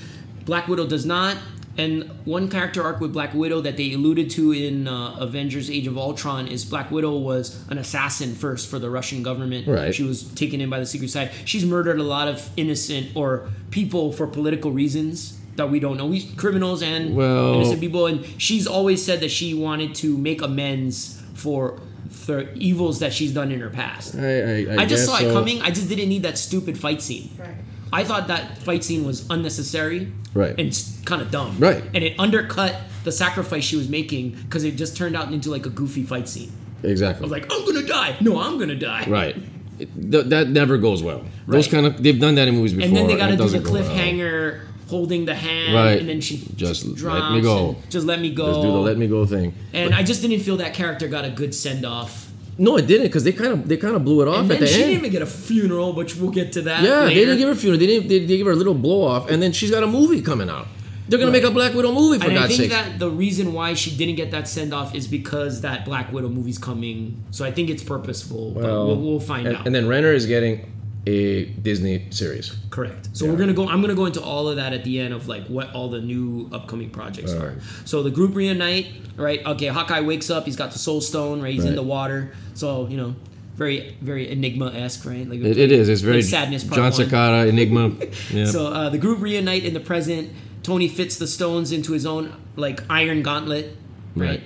B: Black Widow does not. And one character arc with Black Widow that they alluded to in uh, Avengers: Age of Ultron is Black Widow was an assassin first for the Russian government.
A: Right.
B: She was taken in by the secret side. She's murdered a lot of innocent or people for political reasons that we don't know. We criminals and
A: Well-
B: innocent people people and she's always said that she wanted to make amends for the evils that she's done in her past
A: I, I, I,
B: i, just
A: guess
B: saw it
A: so.
B: coming i just didn't need that stupid fight scene
C: Right.
B: i thought that fight scene was unnecessary
A: Right.
B: and kind of dumb
A: Right.
B: and it undercut the sacrifice she was making because it just turned out into like a goofy fight scene
A: Exactly.
B: I was like i'm gonna die no i'm gonna die
A: Right. It- th- that never goes well. Those
B: Right.
A: kind of they've done that in movies before.
B: and then they gotta
A: it
B: do the
A: doesn't go well.
B: cliffhanger holding the hand
A: Right.
B: and then she
A: Just let me
B: drops
A: go.
B: and just let me go
A: Just do the let me go thing.
B: and i just didn't feel that character got a good send-off
A: No, it didn't because they kind of they kind of blew it off
B: And
A: at
B: then
A: the
B: she
A: end.
B: didn't even get a funeral, which we'll get to that.
A: eh? yeah,
B: later.
A: they didn't give her a funeral. They didn't. They, they gave her a little blow off, and then she's got a movie coming out. They're gonna make a Black Widow movie for
B: And I
A: God's sake.
B: think that the reason why she didn't get that send off is because that Black Widow movie's coming. So I think it's purposeful, but we'll, we'll find
A: and,
B: out.
A: And then Renner is getting a Disney series.
B: Correct. So we're gonna go. I'm gonna go into all of that at the end of like what all the new upcoming projects are. So the group reunite. Right. Okay. Hawkeye wakes up. He's got the Soul Stone. Right. He's in
A: Right.
B: the water. So you know, very very Enigma esque. Right. Like
A: It, it is. It's very
B: Like Sadness Part
A: John
B: One.
A: Cicada Enigma. Yeah.
B: So uh, the group reunite in the present. Tony fits the stones into his own like iron gauntlet, right?
A: Right.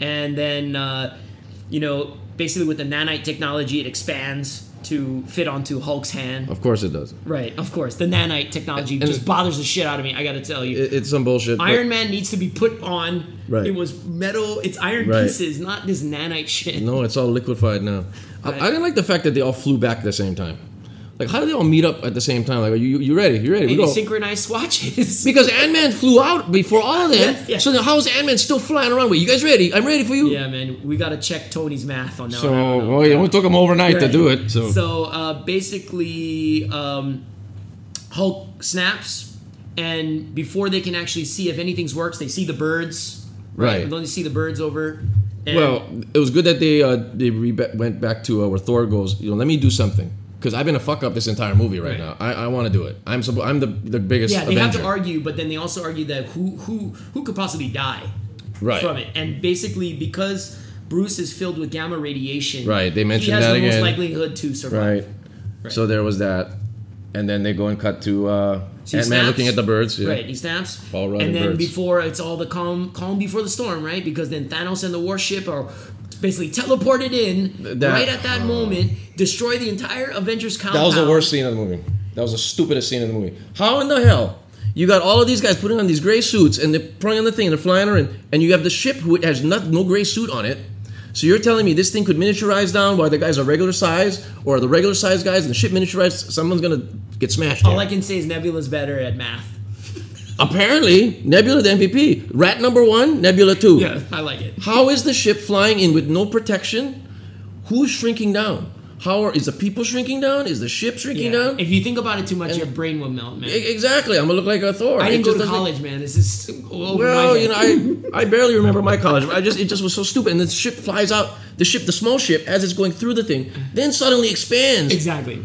B: And then uh, you know, basically with the nanite technology, it expands to fit onto Hulk's hand.
A: of course it does.
B: Right, of course. The nanite technology
A: And-
B: just bothers the shit out of me. I got to tell you,
A: It, it's some bullshit. but-
B: Iron Man needs to be put on.
A: Right.
B: It was metal. It's iron
A: Right.
B: pieces, not this nanite shit.
A: No, it's all liquefied now. I,
B: Right.
A: I didn't like the fact that they all flew back at the same time. Like, how did they all meet up at the same time? Like, are you, you ready? You ready? We
B: And they
A: go.
B: synchronized swatches.
A: Because Ant Man flew out before all of them.
B: Yeah, yeah.
A: So then how is Ant Man still flying around? Wait, you guys ready? I'm ready for you.
B: yeah, man, we got to check Tony's math on that.
A: So,
B: one. I don't know.
A: well, it only took him overnight to
B: Right.
A: do it. So,
B: uh, basically, um, Hulk snaps, and before they can actually see if anything's works, they see the birds.
A: right.
B: They only see the birds over. And
A: Well, it was good that they uh, they re- went back to uh, where Thor goes. You know, let me do something because I've been a fuck up this entire movie right,
B: Right.
A: now. I, I want to do it. I'm suppo- I'm the the biggest.
B: yeah, they have
A: Avenger.
B: to argue, but then they also argue that who who who could possibly die
A: Right.
B: from it, and basically because Bruce is filled with gamma radiation,
A: Right, they mentioned
B: he has
A: that
B: the
A: again.
B: most likelihood to survive.
A: Right. So there was that, and then they go and cut to uh,
B: So he
A: Ant Man
B: snaps.
A: looking at the birds. Yeah.
B: Right, he snaps.
A: Paul Rudd and
B: and then
A: birds.
B: before it's all the calm, calm before the storm, right? Because then Thanos and the warship are basically teleported in
A: that-
B: right at that moment, destroy the entire Avengers compound.
A: That was the worst scene of the movie. That was the stupidest scene in the movie. How in the hell you got all of these guys putting on these gray suits and they're putting on the thing and they're flying around, and you have the ship who has not, no gray suit on it. So you're telling me this thing could miniaturize down while the guys are regular size, or the regular size guys and the ship miniaturized? Someone's gonna get smashed.
B: All
A: here.
B: I can say is Nebula's better at math.
A: Apparently, Nebula the MVP, Rat number one, Nebula two.
B: Yeah, I like it.
A: How is the ship flying in with no protection? Who's shrinking down? How are is the people shrinking down? Is the ship shrinking
B: Yeah.
A: down?
B: If you think about it too much,
A: And-
B: your brain will melt, man.
A: E- exactly. I'm gonna look like a Thor.
B: I
A: It
B: didn't
A: just
B: go to
A: doesn't-
B: college, man. This is all over
A: Well,
B: my
A: you know,
B: head.
A: I I barely remember my college. I just it just was so stupid. And the ship flies out. The ship, the small ship, as it's going through the thing, then suddenly expands.
B: exactly.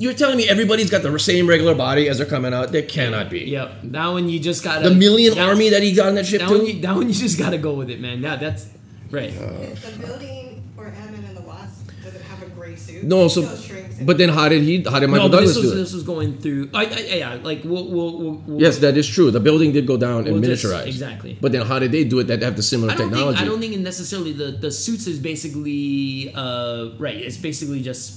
A: You're telling me everybody's got the same regular body as they're coming out? There cannot be.
B: Yep. That one you just gotta
A: The million
B: that-
A: army that he got on that ship
B: That
A: too.
B: one, you, that one you just gotta go with it, man. Yeah, that's right.
A: Oh,
C: the building for Emmett and the Wasp doesn't have a gray suit.
A: no,
C: It
A: so
C: still shrinks
A: but then how did he? How did Michael
B: no, but
A: Douglas
B: this was
A: do it?
B: this was going through. I, I, yeah, like we'll we'll, we'll, we'll
A: Yes, that is true. The building did go down and
B: Well, just-
A: miniaturized.
B: exactly.
A: But then how did they do it? That have the similar
B: I don't
A: technology.
B: think I don't think it necessarily the the suits is basically uh right. It's basically just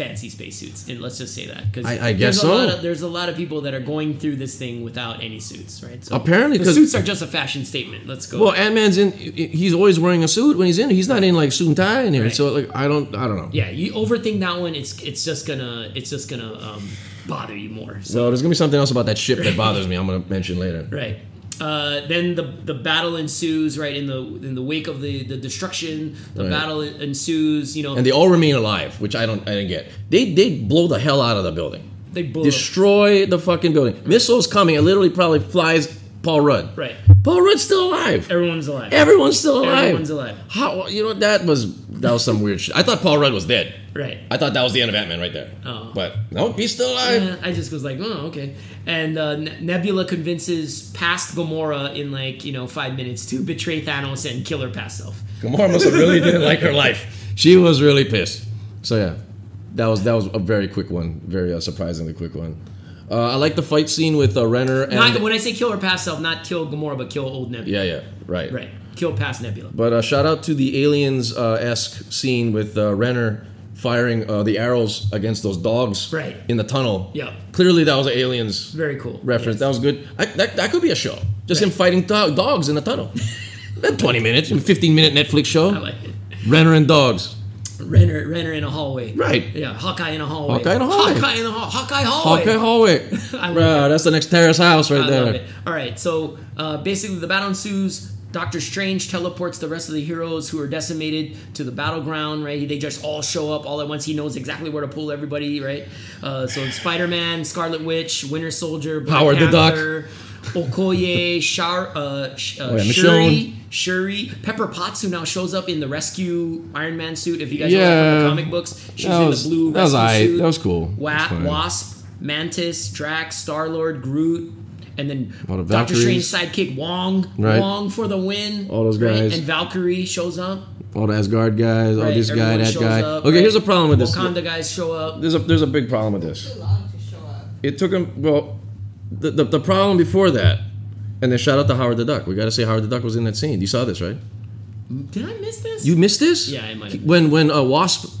B: fancy spacesuits, and let's just say that because
A: I- I
B: there's
A: guess
B: a lot
A: so.
B: of, there's a lot of people that are going through this thing without any suits, right? So
A: Apparently,
B: the
A: 'cause-
B: suits are just a fashion statement. Let's go.
A: Well, Ant Man's in. He's always wearing a suit when he's in. He's not in like suit and tie and everything. So
B: Right.
A: like, I don't. I don't know.
B: yeah, you overthink that one. It's it's just gonna it's just gonna um, bother you more. So
A: So there's gonna be something else about that ship that bothers me. I'm gonna mention later.
B: Right. Uh, then the the battle ensues right in the in the wake of the, the destruction. The
A: Right.
B: battle ensues. You know
A: And they all remain alive, which I don't. I didn't get. They they blow the hell out of the building.
B: they blow.
A: Destroy the fucking building. Missiles coming. It literally probably flies Paul Rudd.
B: right.
A: Paul Rudd's still alive.
B: Everyone's alive.
A: Everyone's still alive.
B: Everyone's alive.
A: How you know that was that was some weird shit. I thought Paul Rudd was dead.
B: Right.
A: I thought that was the end of Ant Man right there.
B: Oh.
A: But no, he's still alive.
B: Yeah, I just was like, oh, okay. And uh, Ne- Nebula convinces past Gamora in like you know five minutes to betray Thanos and kill her past self.
A: Gamora must have really didn't like her life. She was really pissed. So yeah, that was that was a very quick one, very uh, surprisingly quick one. Uh, I like the fight scene with uh, Renner and
B: Not, when I say kill her past self, not kill Gamora, but kill old Nebula.
A: yeah, yeah, right,
B: Right. Kill past Nebula.
A: But uh, shout out to the aliens uh, esque scene with uh, Renner firing uh, the arrows against those dogs
B: Right.
A: in the tunnel.
B: Yeah.
A: clearly that was an aliens
B: Very cool.
A: reference. That was good. I, that, that could be a show. Just him fighting do- dogs in the tunnel. That 20 minutes, 15 minute Netflix show.
B: I like it.
A: Renner and dogs.
B: Renner, Renner in a hallway.
A: Right.
B: Yeah, Hawkeye in a hallway.
A: Hawkeye in a hallway.
B: Hawkeye in a hall- Hawkeye hallway.
A: Hawkeye hallway.
B: I love
A: Bruh,
B: it.
A: that's the next terrace house right
B: I
A: there.
B: love it. All right, so uh, basically the battle ensues. Doctor Strange teleports the rest of the heroes who are decimated to the battleground. Right, they just all show up all at once. He knows exactly where to pull everybody. Right, uh, so Spider Man, Scarlet Witch, Winter Soldier, Black
A: Howard the Duck.
B: Panther, Okoye, Shar, uh, Sh- uh,
A: Oh, yeah, Michonne.
B: Shuri, Shuri, Pepper Potts, who now shows up in the rescue Iron Man suit. If you guys know
A: Yeah.
B: from the comic books, she's
A: That
B: in
A: was-
B: the blue
A: that was
B: rescue
A: aight.
B: suit.
A: That was cool.
B: Wa-
A: That's fine.
B: Wasp, Mantis, Drax, Star Lord, Groot, and then
A: Lot of
B: Doctor Strange
A: Valkyries.
B: sidekick Wong.
A: Right.
B: Wong for the win.
A: All those
B: right?
A: guys.
B: And Valkyrie shows up.
A: All the Asgard guys, all
B: right?
A: this guy,
B: Everyone
A: that
B: shows
A: guy.
B: up,
A: okay,
B: right?
A: here's a problem with this.
B: Wakanda guys show up.
A: There's a there's a big problem with this.
C: too long to show up.
A: It took him well, the, the, the problem before that, and then shout out to Howard the Duck. We got to say Howard the Duck was in that scene. You saw this, right?
B: Did I miss this?
A: You missed this?
B: Yeah, I might have.
A: When when a wasp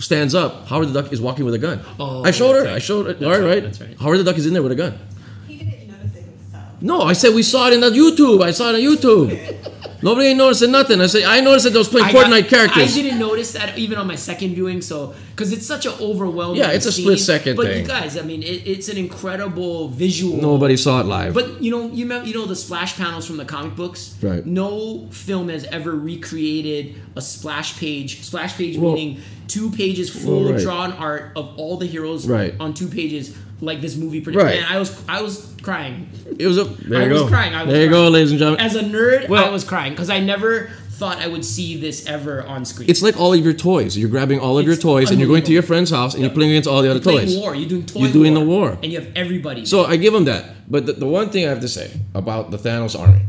A: stands up, Howard the Duck is walking with a gun.
B: Oh,
A: I showed her.
B: that's right.
A: I showed her.
B: That's
A: All right,
B: right,
A: right.
B: that's right.
A: Howard the Duck is in there with a gun.
C: He didn't notice it himself.
A: No, I said we saw it in the YouTube. I saw it on YouTube. Nobody ain't noticing nothing. I say I noticed that they was playing
B: I got-
A: Fortnite characters.
B: I didn't notice that even on my second viewing. So because it's such an overwhelming.
A: Yeah, it's a
B: scene.
A: split-second
B: But
A: thing.
B: you guys, I mean, it, it's an incredible visual.
A: Nobody saw it live.
B: But you know, you know, you know the splash panels from the comic books.
A: Right.
B: No film has ever recreated a splash page. Splash page
A: Well-
B: meaning two pages full
A: Well, right.
B: drawn art of all the heroes
A: Right.
B: on two pages, like this movie. Produced.
A: Right.
B: And I was, I was crying.
A: it was a there
B: I
A: you
B: was
A: go.
B: crying, I was
A: there you go,
B: crying.
A: ladies and gentlemen.
B: As a nerd,
A: Well-
B: I was crying because I never thought I would see this ever on screen.
A: it's like all of your toys. You're grabbing all of your
B: It's
A: toys and you're going to
B: unbelievable.
A: your friend's house and you're playing against all the other
B: You're playing
A: toys.
B: war. You're doing toy.
A: You're doing the war.
B: and you have everybody.
A: So I give him that. But the, the one thing I have to say about the Thanos army.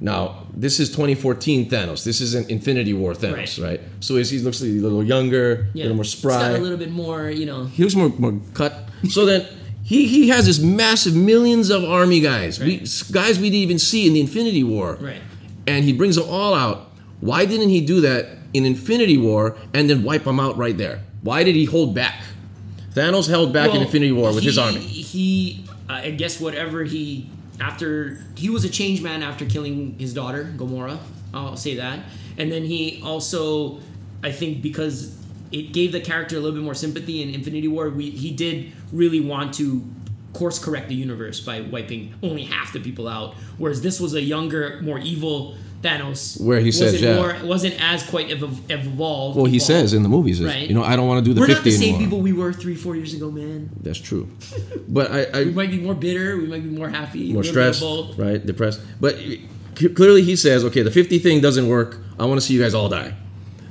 A: Now, this is 2014 Thanos. This isn't Infinity War Thanos, right?
B: Right.
A: So he's, he looks a little younger, a
B: yeah.
A: little more
B: It's
A: spry.
B: got a little bit more, you know.
A: he looks more, more cut. So then he, he has this massive millions of army guys, we,
B: Right.
A: s- guys we didn't even see in the Infinity War.
B: Right.
A: And he brings them all out. Why didn't he do that in Infinity War and then wipe them out right there? Why did he hold back? Thanos held back in
B: Well,
A: Infinity War with his
B: he-
A: army.
B: He, uh, I guess, whatever he after he was a changed man after killing his daughter Gamora. I'll say that, and then he also, I think, because it gave the character a little bit more sympathy in Infinity War. We, he did really want to course correct the universe by wiping only half the people out, whereas this was a younger, more evil Thanos,
A: Where he
B: wasn't
A: says, yeah.
B: more- wasn't as quite ev- evolved.
A: Well, he
B: evolved.
A: says in the movies, is,
B: Right.
A: you know, I don't want to do the
B: we're
A: 50
B: not the same
A: anymore.
B: people we were three, four years ago, man.
A: That's true. But I, I
B: We might be more bitter. We might be more happy.
A: more
B: a little bit of
A: stressed,
B: both.
A: right? Depressed. But c- clearly he says, okay, the 50 thing doesn't work. I want to see you guys all die.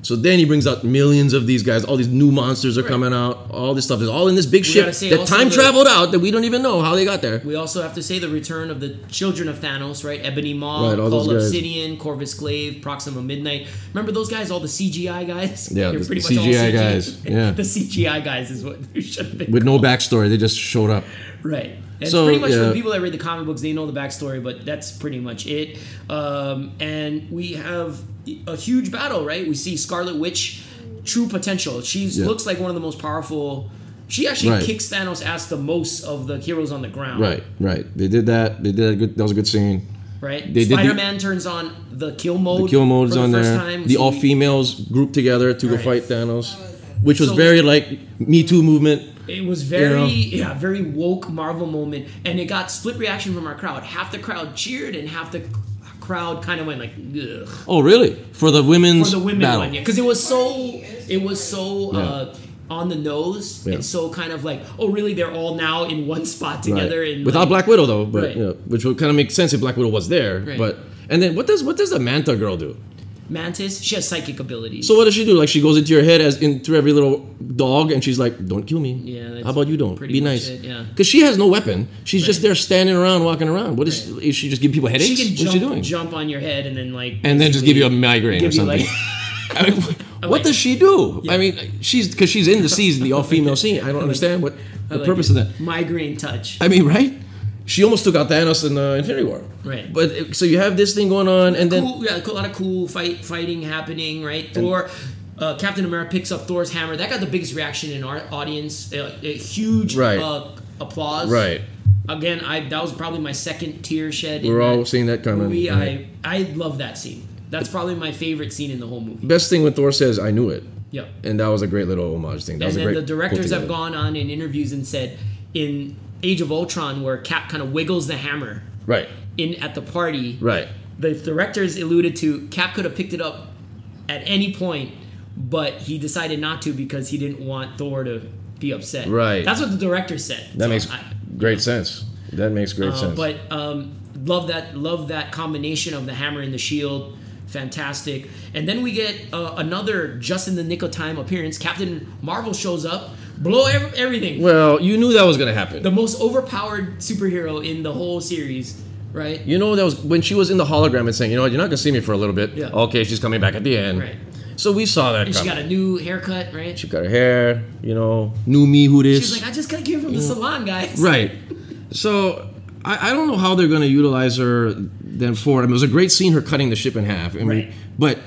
A: So then he brings out millions of these guys. All these new monsters are
B: Right.
A: coming out. All this stuff is all in this big
B: We
A: ship
B: gotta say
A: that
B: also
A: time
B: that-
A: traveled out that we don't even know how they got there.
B: We also have to say the return of the children of Thanos, right? Ebony Maw,
A: Right, all those
B: Call
A: guys.
B: Obsidian, Corvus Glaive, Proxima Midnight. Remember those guys? All the CGI guys.
A: Yeah,
B: They're
A: the
B: pretty much all
A: CGI guys, yeah.
B: the CGI guys is what they should have been.
A: With no backstory, they just showed up.
B: Right. That's
A: So,
B: pretty much for
A: yeah.
B: the people that read the comic books. They know the backstory, but that's pretty much it. Um, and we have a huge battle, right? We see Scarlet Witch, true potential. She
A: Yeah.
B: looks like one of the most powerful. She actually
A: Right.
B: kicks Thanos' ass the most of the heroes on the ground.
A: Right, right. They did that. They did that. Good, that was a good scene.
B: Right.
A: They did the-
B: Spider-Man turns on the kill mode.
A: The kill mode's
B: for the
A: on
B: first
A: there.
B: Time.
A: the
B: So
A: all
B: we-
A: females group together to go
B: Right.
A: fight Thanos, which was
B: So-
A: very like Me Too movement.
B: It was very
A: You
B: yeah, very woke Marvel moment, and it got split reaction from our crowd. Half the crowd cheered, and half the crowd kind of went like, ugh.
A: Oh, really? For the women's
B: for the women
A: battle.
B: one, yeah, because it was so it was so
A: Yeah.
B: uh, on the nose
A: Yeah.
B: and so kind of like oh really they're all now in one spot together
A: Right.
B: and
A: without
B: like,
A: Black Widow though, but
B: Right.
A: you know, which would kind of make sense if Black Widow was there.
B: Right.
A: But and then what does what does the Manta girl do?
B: Mantis she has psychic abilities
A: So what does she do? Like she goes into your head as into every little dog, and she's like, "Don't kill me.
B: Yeah, that's
A: How about you don't?
B: pretty
A: Be
B: much
A: nice.
B: it, yeah.
A: Because she has no weapon. She's just there standing around, walking around. What is?
B: Right.
A: Is she just giving people headaches?
B: she can
A: What's she
B: jump,
A: doing?
B: jump on your head and then like
A: and then just give you a migraine or
B: give you
A: something.
B: like
A: I mean, what
B: like
A: does she do? I mean, she's because she's in the season, the all-female scene. I don't understand what
B: I
A: the
B: like
A: purpose
B: it.
A: of that.
B: migraine touch
A: I mean, right? She almost took out Thanos in uh, Infinity War.
B: Right.
A: But uh, so you have this thing going on, and then
B: cool, yeah, a lot of cool fight fighting happening, right? Thor, uh, Captain America picks up Thor's hammer. That got the biggest reaction in our audience. A, a huge
A: Right.
B: uh, applause.
A: Right.
B: Again, I that was probably my second tear shed.
A: we're
B: in
A: all
B: that
A: seeing that coming.
B: movie.
A: right?
B: I I love that scene. That's probably my favorite scene in the whole movie.
A: Best thing when Thor says, "I knew it,"
B: Yeah.
A: and that was a great little homage thing. That
B: And
A: was a
B: then
A: great.
B: the directors have
A: pull-together.
B: gone on in interviews and said, in Age of Ultron, where Cap kind of wiggles the hammer
A: right,
B: in at the party,
A: right,
B: the directors alluded to cap could have picked it up at any point but he decided not to because he didn't want thor to be upset
A: Right.
B: that's what the director said
A: that
B: So
A: makes
B: I-
A: great sense. That makes great
B: uh,
A: sense.
B: but um, love that love that combination of the hammer and the shield fantastic and then we get uh, another just in the nick of time appearance captain marvel shows up blow ev- everything
A: well, you knew that was going to happen.
B: the most overpowered superhero in the whole series right
A: You know, that was when she was in the hologram and saying, you know what, you're not going to see me for a little bit.
B: Yeah.
A: Okay, she's coming back at the end.
B: Right.
A: So we saw that
B: and she
A: coming.
B: got a new haircut right
A: she got her hair, you know, knew me who this.
B: She's like, I just got to came from the salon, guys.
A: Right. So I, I don't know how they're going to utilize her then forward. I mean, it was a great scene her cutting the ship in half. I mean,
B: Right.
A: But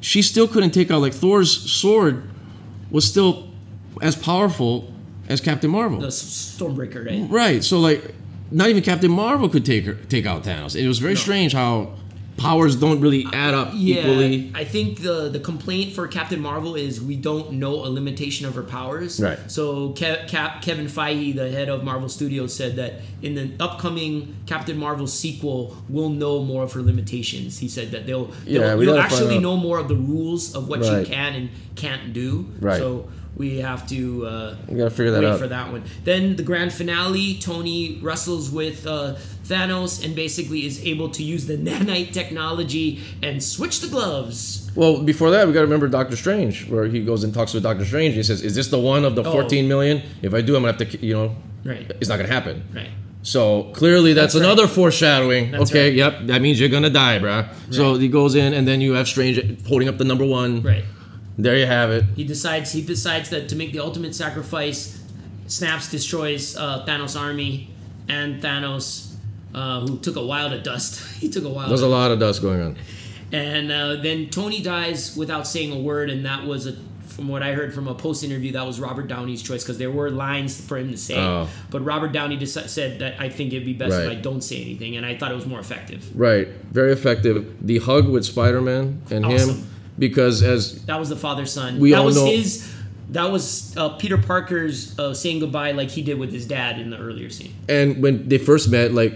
A: she still couldn't take out like Thor's sword was still as powerful as Captain Marvel.
B: The s- Stormbreaker, right?
A: right. So like, not even Captain Marvel could take her take out Thanos. It was very strange how powers don't really add up
B: Yeah.
A: equally.
B: I think the the complaint for Captain Marvel is we don't know a limitation of her powers.
A: Right.
B: So Ke- Cap- Kevin Feige, the head of Marvel Studios, said that in the upcoming Captain Marvel sequel, we'll know more of her limitations. He said that they'll
A: Yeah,
B: they'll,
A: we
B: you'll
A: gotta find
B: actually
A: out.
B: know more of the rules of what
A: Right.
B: she can and can't do.
A: Right.
B: So we have to uh,
A: We gotta figure that
B: wait
A: out.
B: for that one. Then the grand finale, Tony wrestles with uh, Thanos and basically is able to use the nanite technology and switch the gloves.
A: Well, before that, we got to remember Doctor Strange, where he goes and talks with Doctor Strange. And he says, "Is this the one of the
B: Oh.
A: 14 million? If I do, I'm gonna have to, ki- you know,
B: Right.
A: it's not gonna happen."
B: Right.
A: So clearly, that's,
B: That's right.
A: another foreshadowing.
B: That's
A: okay,
B: right.
A: yep, that means you're gonna die, bruh. So he goes in, and then you have Strange holding up the number one.
B: Right.
A: There you have it.
B: He decides he decides that to make the ultimate sacrifice, Snaps destroys uh, Thanos' army and Thanos uh, who took a while to dust. he took a while.
A: There's
B: to
A: a lot of dust going on.
B: And uh, then Tony dies without saying a word, and that was a, from what I heard from a post interview, that was Robert Downey's choice because there were lines for him to say.
A: Oh.
B: But Robert Downey deci- said that I think it'd be best if
A: Right.
B: I don't say anything, and I thought it was more effective.
A: Right. Very effective. The hug with Spider-Man and him,
B: Awesome.
A: because as
B: That was the father son.
A: We
B: that
A: all
B: was
A: know-
B: his. That was uh, Peter Parker's uh, saying goodbye, like he did with his dad in the earlier scene.
A: and when they first met, like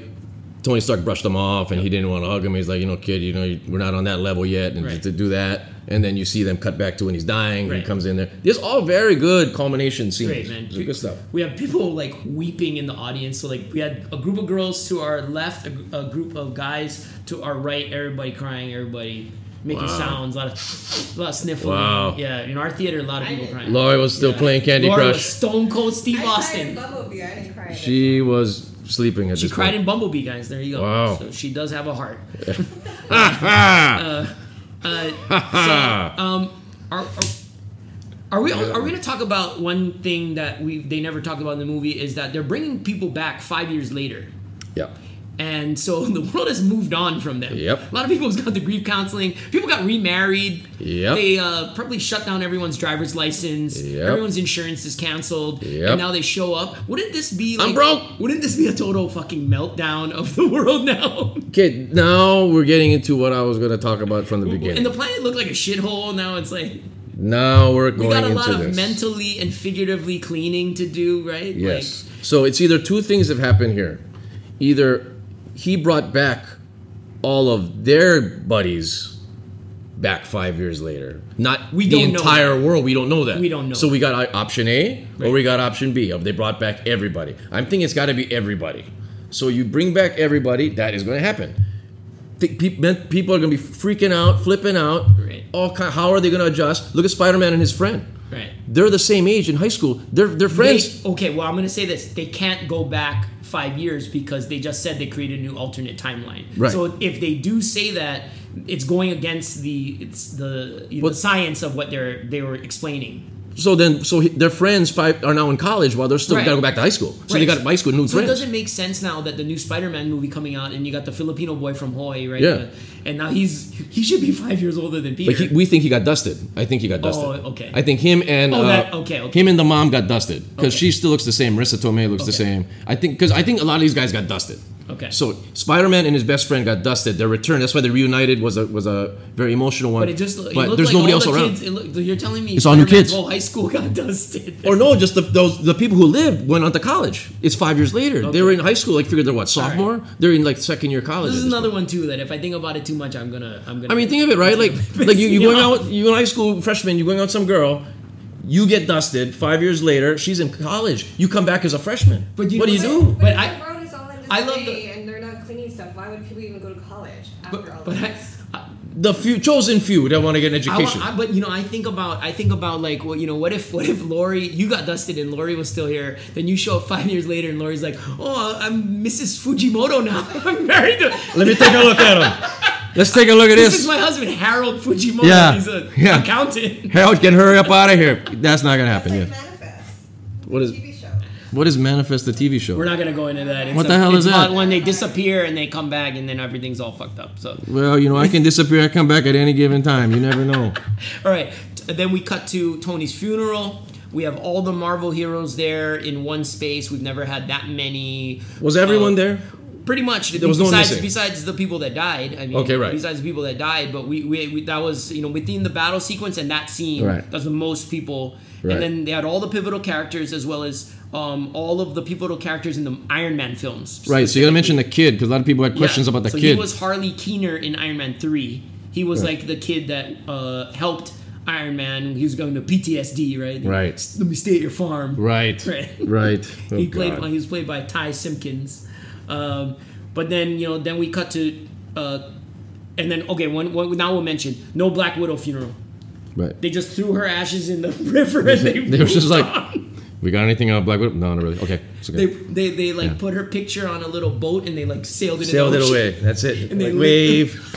A: Tony Stark brushed him off, and he didn't want to hug him. He's like, you know, kid, you know, you- we're not on that level yet, and
B: Right.
A: to do that, and then you see them cut back to when he's dying.
B: Right.
A: He comes in there. There's all very good culmination scenes.
B: Great man,
A: Good stuff.
B: We have people like weeping in the audience. So like we had a group of girls to our left, a, gr- a group of guys to our right. Everybody crying, everybody making
A: Wow.
B: sounds, a lot of a lot of sniffling.
A: Wow.
B: Yeah, in our theater, a lot of
C: I
B: people
C: did.
B: crying.
A: Laurie was still
B: Yeah.
A: playing Candy
B: Laura
A: Crush.
B: was Stone Cold Steve
C: I cried in
B: Austin.
C: Bumblebee. I didn't cry. She,
A: she was sleeping at
B: She
A: this
B: cried
A: point.
B: in Bumblebee, guys. There you go.
A: Wow.
B: So she does have a heart.
A: Ah,
B: Uh,
A: ah.
B: so, um, are, are, are we are we gonna talk about one thing that we they never talked about in the movie is that they're bringing people back five years later.
A: yeah.
B: And so the world has moved on from them.
A: Yep.
B: A lot of people got the grief counseling. People got remarried.
A: Yep.
B: They uh, probably shut down everyone's driver's license.
A: Yep.
B: Everyone's insurance is canceled.
A: Yep.
B: And now they show up. Wouldn't this be like,
A: I'm broke.
B: Wouldn't this be a total fucking meltdown of the world now?
A: Okay, now we're getting into what I was going to talk about from the beginning.
B: and the planet looked like a shithole. Now it's like
A: now we're
B: we
A: going
B: got a
A: into
B: lot of
A: this.
B: mentally and figuratively cleaning to do, right?
A: Yes. so it's either two things have happened here. Either he brought back all of their buddies back five years later. Not
B: We
A: the
B: don't know
A: entire world. We don't know that.
B: We don't know.
A: So we got uh, option A
B: Right.
A: or we got option B. Of they brought back everybody. I'm thinking it's got to be everybody. So you bring back everybody. That is going to happen. Think peop- men- People are going to be freaking out, flipping out.
B: Right.
A: All ki- how are they going to adjust? Look at Spider-Man and his friend.
B: Like, right.
A: They're the same age in high school. They're they're friends.
B: They- okay, well, I'm going to say this. They can't go back five years because they just said they created a new alternate timeline.
A: Right.
B: So if they do say that, it's going against the it's the, you know,
A: Well-
B: the science of what they're they were explaining.
A: So then, so he, their friends five are now in college while they're still
B: Right.
A: got to go back to high school. So they
B: Right.
A: got to high school new
B: So it
A: friends.
B: doesn't make sense now that the new Spider-Man movie coming out and you got the Filipino boy from Hawaii, right?
A: Yeah.
B: And now he's he should be five years older than Peter.
A: Like he, we think he got dusted. I think he got dusted.
B: Oh, okay.
A: I think him and
B: Oh,
A: uh,
B: that- okay, okay.
A: him and the mom got dusted because
B: Okay.
A: she still looks the same. Marissa Tomei looks the same.
B: Okay.
A: I think because I think a lot of these guys got dusted.
B: okay.
A: So Spider-Man and his best friend got dusted. Their return. That's why they reunited was a was a very emotional one.
B: but it just it
A: but
B: looked
A: there's
B: like
A: nobody
B: all
A: else
B: the
A: around.
B: Kids, it looked, you're telling me
A: It's all new
B: Spider-Man's
A: kids.
B: Whole high school got dusted.
A: Or no, just the, those the people who lived went on to college. It's five years later.
B: Okay.
A: They were in high school. Like figured they're what
B: right.
A: sophomore. They're in like second year college.
B: This
A: at
B: is
A: this
B: another one too that if I think about it too much, I'm gonna I'm gonna.
A: I mean, think of it, right? Like, like you, you
B: Yeah.
A: going out, you in high school freshman, you going out with some girl, you get dusted. Five years later, she's in college. You come back as a freshman.
B: But you-
A: what do you
B: but-
A: do?
B: but
C: But,
B: I-
C: the road is all in disarray,
B: I love
C: and they're not cleaning stuff. Why would people even go to college after all
B: But, but I,
C: this?
B: I,
A: The few chosen few that want to get an
B: I,
A: education.
B: want- I- but you know, I think about I think about like, well, you know, what if what if Lori you got dusted and Lori was still here? Then you show up five years later and Lori's like, oh, I'm Mrs. Fujimoto now. I'm married to.
A: Let me take a look at him. Let's take a look at
B: This
A: this.
B: is my husband, Harold Fujimoto.
A: Yeah,
B: He's a
A: yeah.
B: accountant.
A: Harold, get her up out of here. That's not gonna
C: It's
A: happen.
C: like
A: Yeah.
C: manifest.
A: What is
C: TV show.
A: what is manifest the TV show?
B: We're not gonna go into that. It's
A: What
B: a-
A: the hell
B: it's
A: is that?
B: about When they disappear and they come back and then everything's all fucked up. So
A: well, you know, I can disappear. I come back at any given time. You never know.
B: All right. t- Then we cut to Tony's funeral. We have all the Marvel heroes there in one space. We've never had that many.
A: Was everyone
B: Uh,
A: there?
B: Pretty much.
A: There was no one
B: besides,
A: missing.
B: besides the people that died. I mean,
A: Okay, right.
B: Besides the people that died, but we, we, we that was you know within the battle sequence and that scene.
A: Right.
B: That's the most people.
A: Right.
B: And then they had all the pivotal characters as well as um, all of the pivotal characters in the Iron Man films.
A: Right. So you gotta mention the kid because a lot of people had questions
B: Yeah.
A: about the
B: so
A: kid.
B: He was Harley Keener in Iron Man Three. He was like the kid that uh, helped Iron Man. He was going to PTSD, right?
A: Right.
B: "S- Let me stay at your farm.
A: right.
B: Right.
A: Right. Oh,
B: he played.
A: God.
B: He was played by Ty Simpkins. Um, but then you know, then we cut to, uh, and then okay, one, one now we'll mention no Black Widow funeral.
A: Right.
B: They just threw her ashes in the river and they.
A: They were just
B: moved
A: like,
B: on.
A: we got anything on Black Widow? No, not really. Okay, it's
B: They,
A: okay.
B: they, they like put her picture on a little boat and they like sailed it.
A: Sailed
B: in
A: it
B: the ocean.
A: away. That's it.
B: And they
A: Like,
B: lit-
A: wave.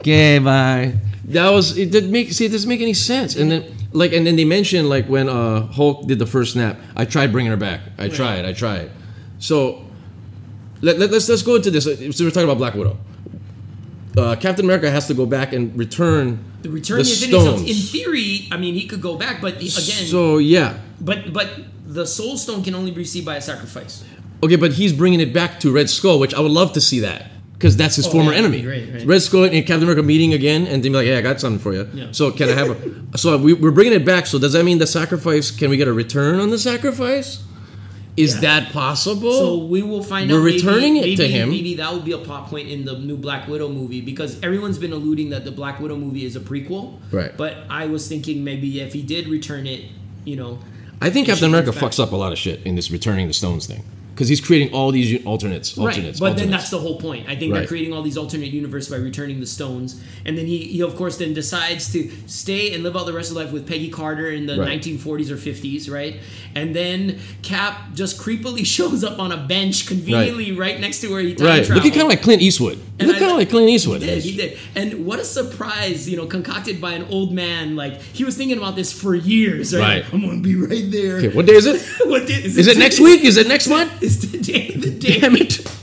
A: okay, bye. That was it. Didn't make see. It doesn't make any sense. And then like, and then they mentioned like when uh, Hulk did the first snap. I tried bringing her back. I tried. I tried. So let, let, us let's go into this. Uh, So we're talking about Black Widow. Uh, Captain America has to go back and return
B: The return
A: the
B: of the Infinity Stones. In
A: stones.
B: theory, I mean, he could go back, but he- again,
A: So yeah,
B: but but the Soul Stone can only be received by a sacrifice.
A: Okay, but he's bringing it back to Red Skull, which I would love to see that because that's his former
B: Oh, yeah, that'd be
A: enemy.
B: great, right.
A: Red Skull and Captain America meeting again, and then be like, "Yeah, I got something for you."
B: Yeah.
A: So can I have a? so we, we're bringing it back. So does that mean the sacrifice? Can we get a return on the sacrifice? Is
B: Yeah.
A: that possible?
B: So we will find
A: Oh, We're
B: out. maybe-
A: returning it
B: maybe,
A: to him.
B: Maybe that will be a plot point in the new Black Widow movie because everyone's been alluding that the Black Widow movie is a prequel.
A: Right.
B: But I was thinking maybe if he did return it, you know,
A: I think
B: She
A: Captain
B: comes
A: America
B: back.
A: fucks up a lot of shit in this returning the stones thing because he's creating all these u- alternates, alternates.
B: Right, but then
A: alternates.
B: that's the whole point. I think
A: Right.
B: they're creating all these alternate universe by returning the stones, and then he, he of course then decides to stay and live out the rest of life with Peggy Carter in the
A: Right.
B: 1940s or 50s, right? And then Cap just creepily shows up on a bench conveniently right, next to where he time
A: right.
B: traveled.
A: Looking kind of like Clint Eastwood.
B: And
A: Look
B: I-
A: kind of like Clint Eastwood.
B: He did, he did. And what a surprise, you know, concocted by an old man. Like, he was thinking about this for years, right?
A: Right.
B: I'm going to be right there.
A: Okay, what day is it?
B: What day-
A: Is it next week? Is it next month?
B: Is today the day?
A: Damn it!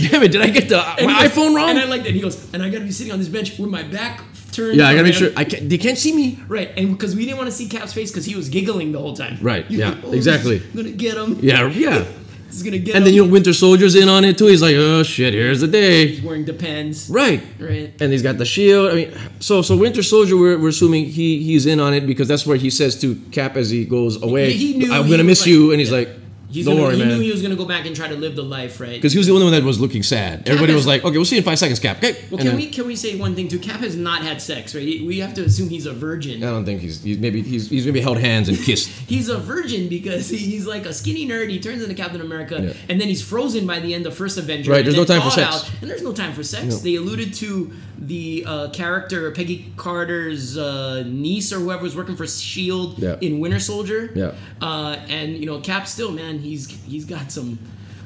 A: Damn it! Did I get the
B: And
A: my
B: he goes-
A: iPhone
B: And I
A: wrong?
B: like that. He goes, and I gotta be sitting on this bench with my back turned.
A: Yeah, I gotta
B: from
A: make
B: him."
A: sure. I can't, they can't see me.
B: Right, and because we didn't want to see Cap's face because he was giggling the whole time.
A: Right,
B: You
A: yeah,
B: know,
A: exactly.
B: "This is Gonna get him.
A: Yeah, yeah.
B: This is gonna get
A: And
B: him.
A: then you know, Winter Soldier's in on it too. He's like, oh shit, here's the day.
B: he's wearing depends.
A: Right.
B: Right.
A: And he's got the shield. I mean, so so Winter Soldier, we're, we're assuming he he's in on it because that's where he says to Cap as he goes away,
B: He- he knew
A: "I'm
B: he
A: gonna
B: was
A: miss
B: like-
A: you," and he's like,
B: He's
A: "Don't
B: gonna,
A: worry,
B: he
A: man,"
B: knew he was gonna go back and try to live the life, right?
A: because he was the only one that was looking sad. Everybody was like, "Okay, we'll see you in five seconds, Cap." Okay.
B: well,
A: And
B: can
A: then-
B: we can we say one thing too? Cap has not had sex, right? He- We have to assume he's a virgin.
A: I don't think he's, he's maybe he's he's maybe held hands and kissed.
B: He's a virgin because he- he's like a skinny nerd. He turns into Captain America,
A: Yeah.
B: and then he's frozen by the end of First Avenger.
A: Right,
B: and
A: there's no
B: then
A: time for
B: thawed
A: sex.
B: and there's no time for sex.
A: No.
B: They alluded to the uh, character Peggy Carter's uh, niece or whoever was working for Shield
A: Yeah.
B: E in Winter Soldier.
A: Yeah.
B: uh, and you know Cap still, man, he's he's got some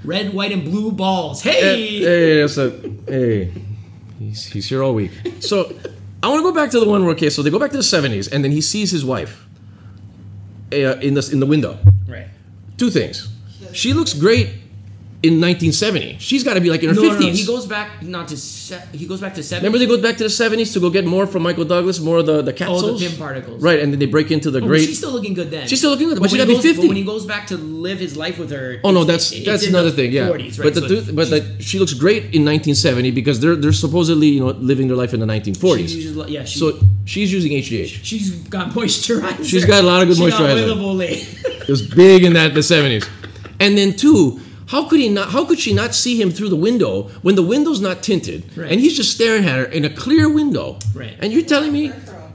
B: red, white, and blue balls.
A: Eh,
B: Hey,
A: Hey, that's a hey. He's he's here all week. So I want to go back to the one where okay, so they go back to the seventies, and then he sees his wife uh, in the in the window.
B: right.
A: Two things. She looks great in 1970. She's got to be like in her
B: No, no,
A: 50s.
B: no, he goes back not to se- he goes back to seven.
A: Remember they go back to the 70s to go get more from Michael Douglas, more of the the capsules.
B: Pym particles.
A: Right, and then they break into the
B: Oh, but
A: great.
B: She's still looking good then.
A: She's still looking good, but she
B: when
A: gotta
B: he
A: be
B: goes-
A: 50.
B: But when he goes back to live his life with her,
A: Oh no,
B: it's-
A: that's
B: it's
A: that's
B: in the
A: another thing. Yeah,
B: 40s, right?
A: but the
B: So
A: dude- but like she looks great in 1970 because they're they're supposedly you know living their life in the 1940s.
B: She uses- yeah, she-
A: so she's using HGH.
B: she's got moisturizer.
A: She's got a lot of good
B: She got
A: moisturizer.
B: oil of Olay.
A: It was big in that the 70s. And then two, how could he not? How could she not see him through the window when the window's not tinted
B: Right.
A: and he's just staring at her in a clear window?
B: Right.
A: And you're telling me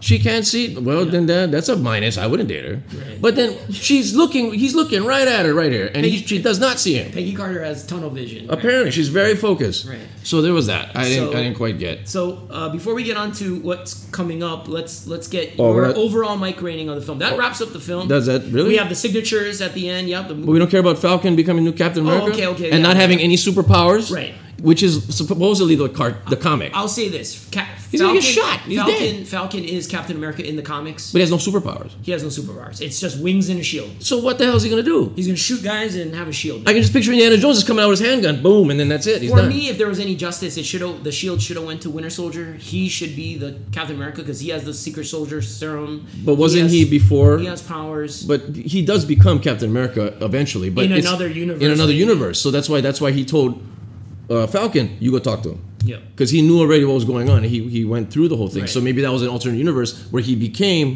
A: she can't see? Well, then that, that's a minus. I wouldn't date her.
B: Right.
A: But then she's looking. He's looking right at her right here, and he,
B: Peggy-
A: she does not see him.
B: Peggy Carter has tunnel vision. right?
A: Apparently, she's very focused.
B: Right.
A: So there was that. I didn't.
B: So-
A: I didn't quite get.
B: So uh, before we get on to what's coming up, let's let's get
A: Oh, we're
B: your
A: not-
B: overall mic rating on the film. That wraps up the film.
A: Does that really?
B: We have the signatures at the end. Yep. The
A: But we don't care about Falcon becoming new Captain America.
B: Oh, okay, okay,
A: And
B: yeah,
A: not
B: okay.
A: having any superpowers.
B: Right. Oh,
A: Which is supposedly the cart, the comic.
B: I'll say this: Cap,
A: He's gonna get shot. He's
B: Falcon,
A: dead.
B: Falcon is Captain America in the comics.
A: but he has no superpowers.
B: he has no superpowers. It's just wings and a shield.
A: So what the hell is he gonna do?
B: He's gonna shoot guys and have a shield.
A: I can just picture Indiana Jones is coming out with his handgun, boom, and then that's it. He's
B: For
A: done.
B: me, if there was any justice, it should have the shield should have went to Winter Soldier. He should be the Captain America because he has the Secret Soldier serum.
A: but wasn't
B: has-
A: he, before?
B: He has powers.
A: but he does become Captain America eventually. But
B: In
A: it's-
B: another universe.
A: In another universe. So that's why that's why he told uh, Falcon, "You go talk to him,"
B: Yep.
A: because he knew already what was going on. He he went through the whole thing.
B: Right.
A: So maybe that was an alternate universe where he became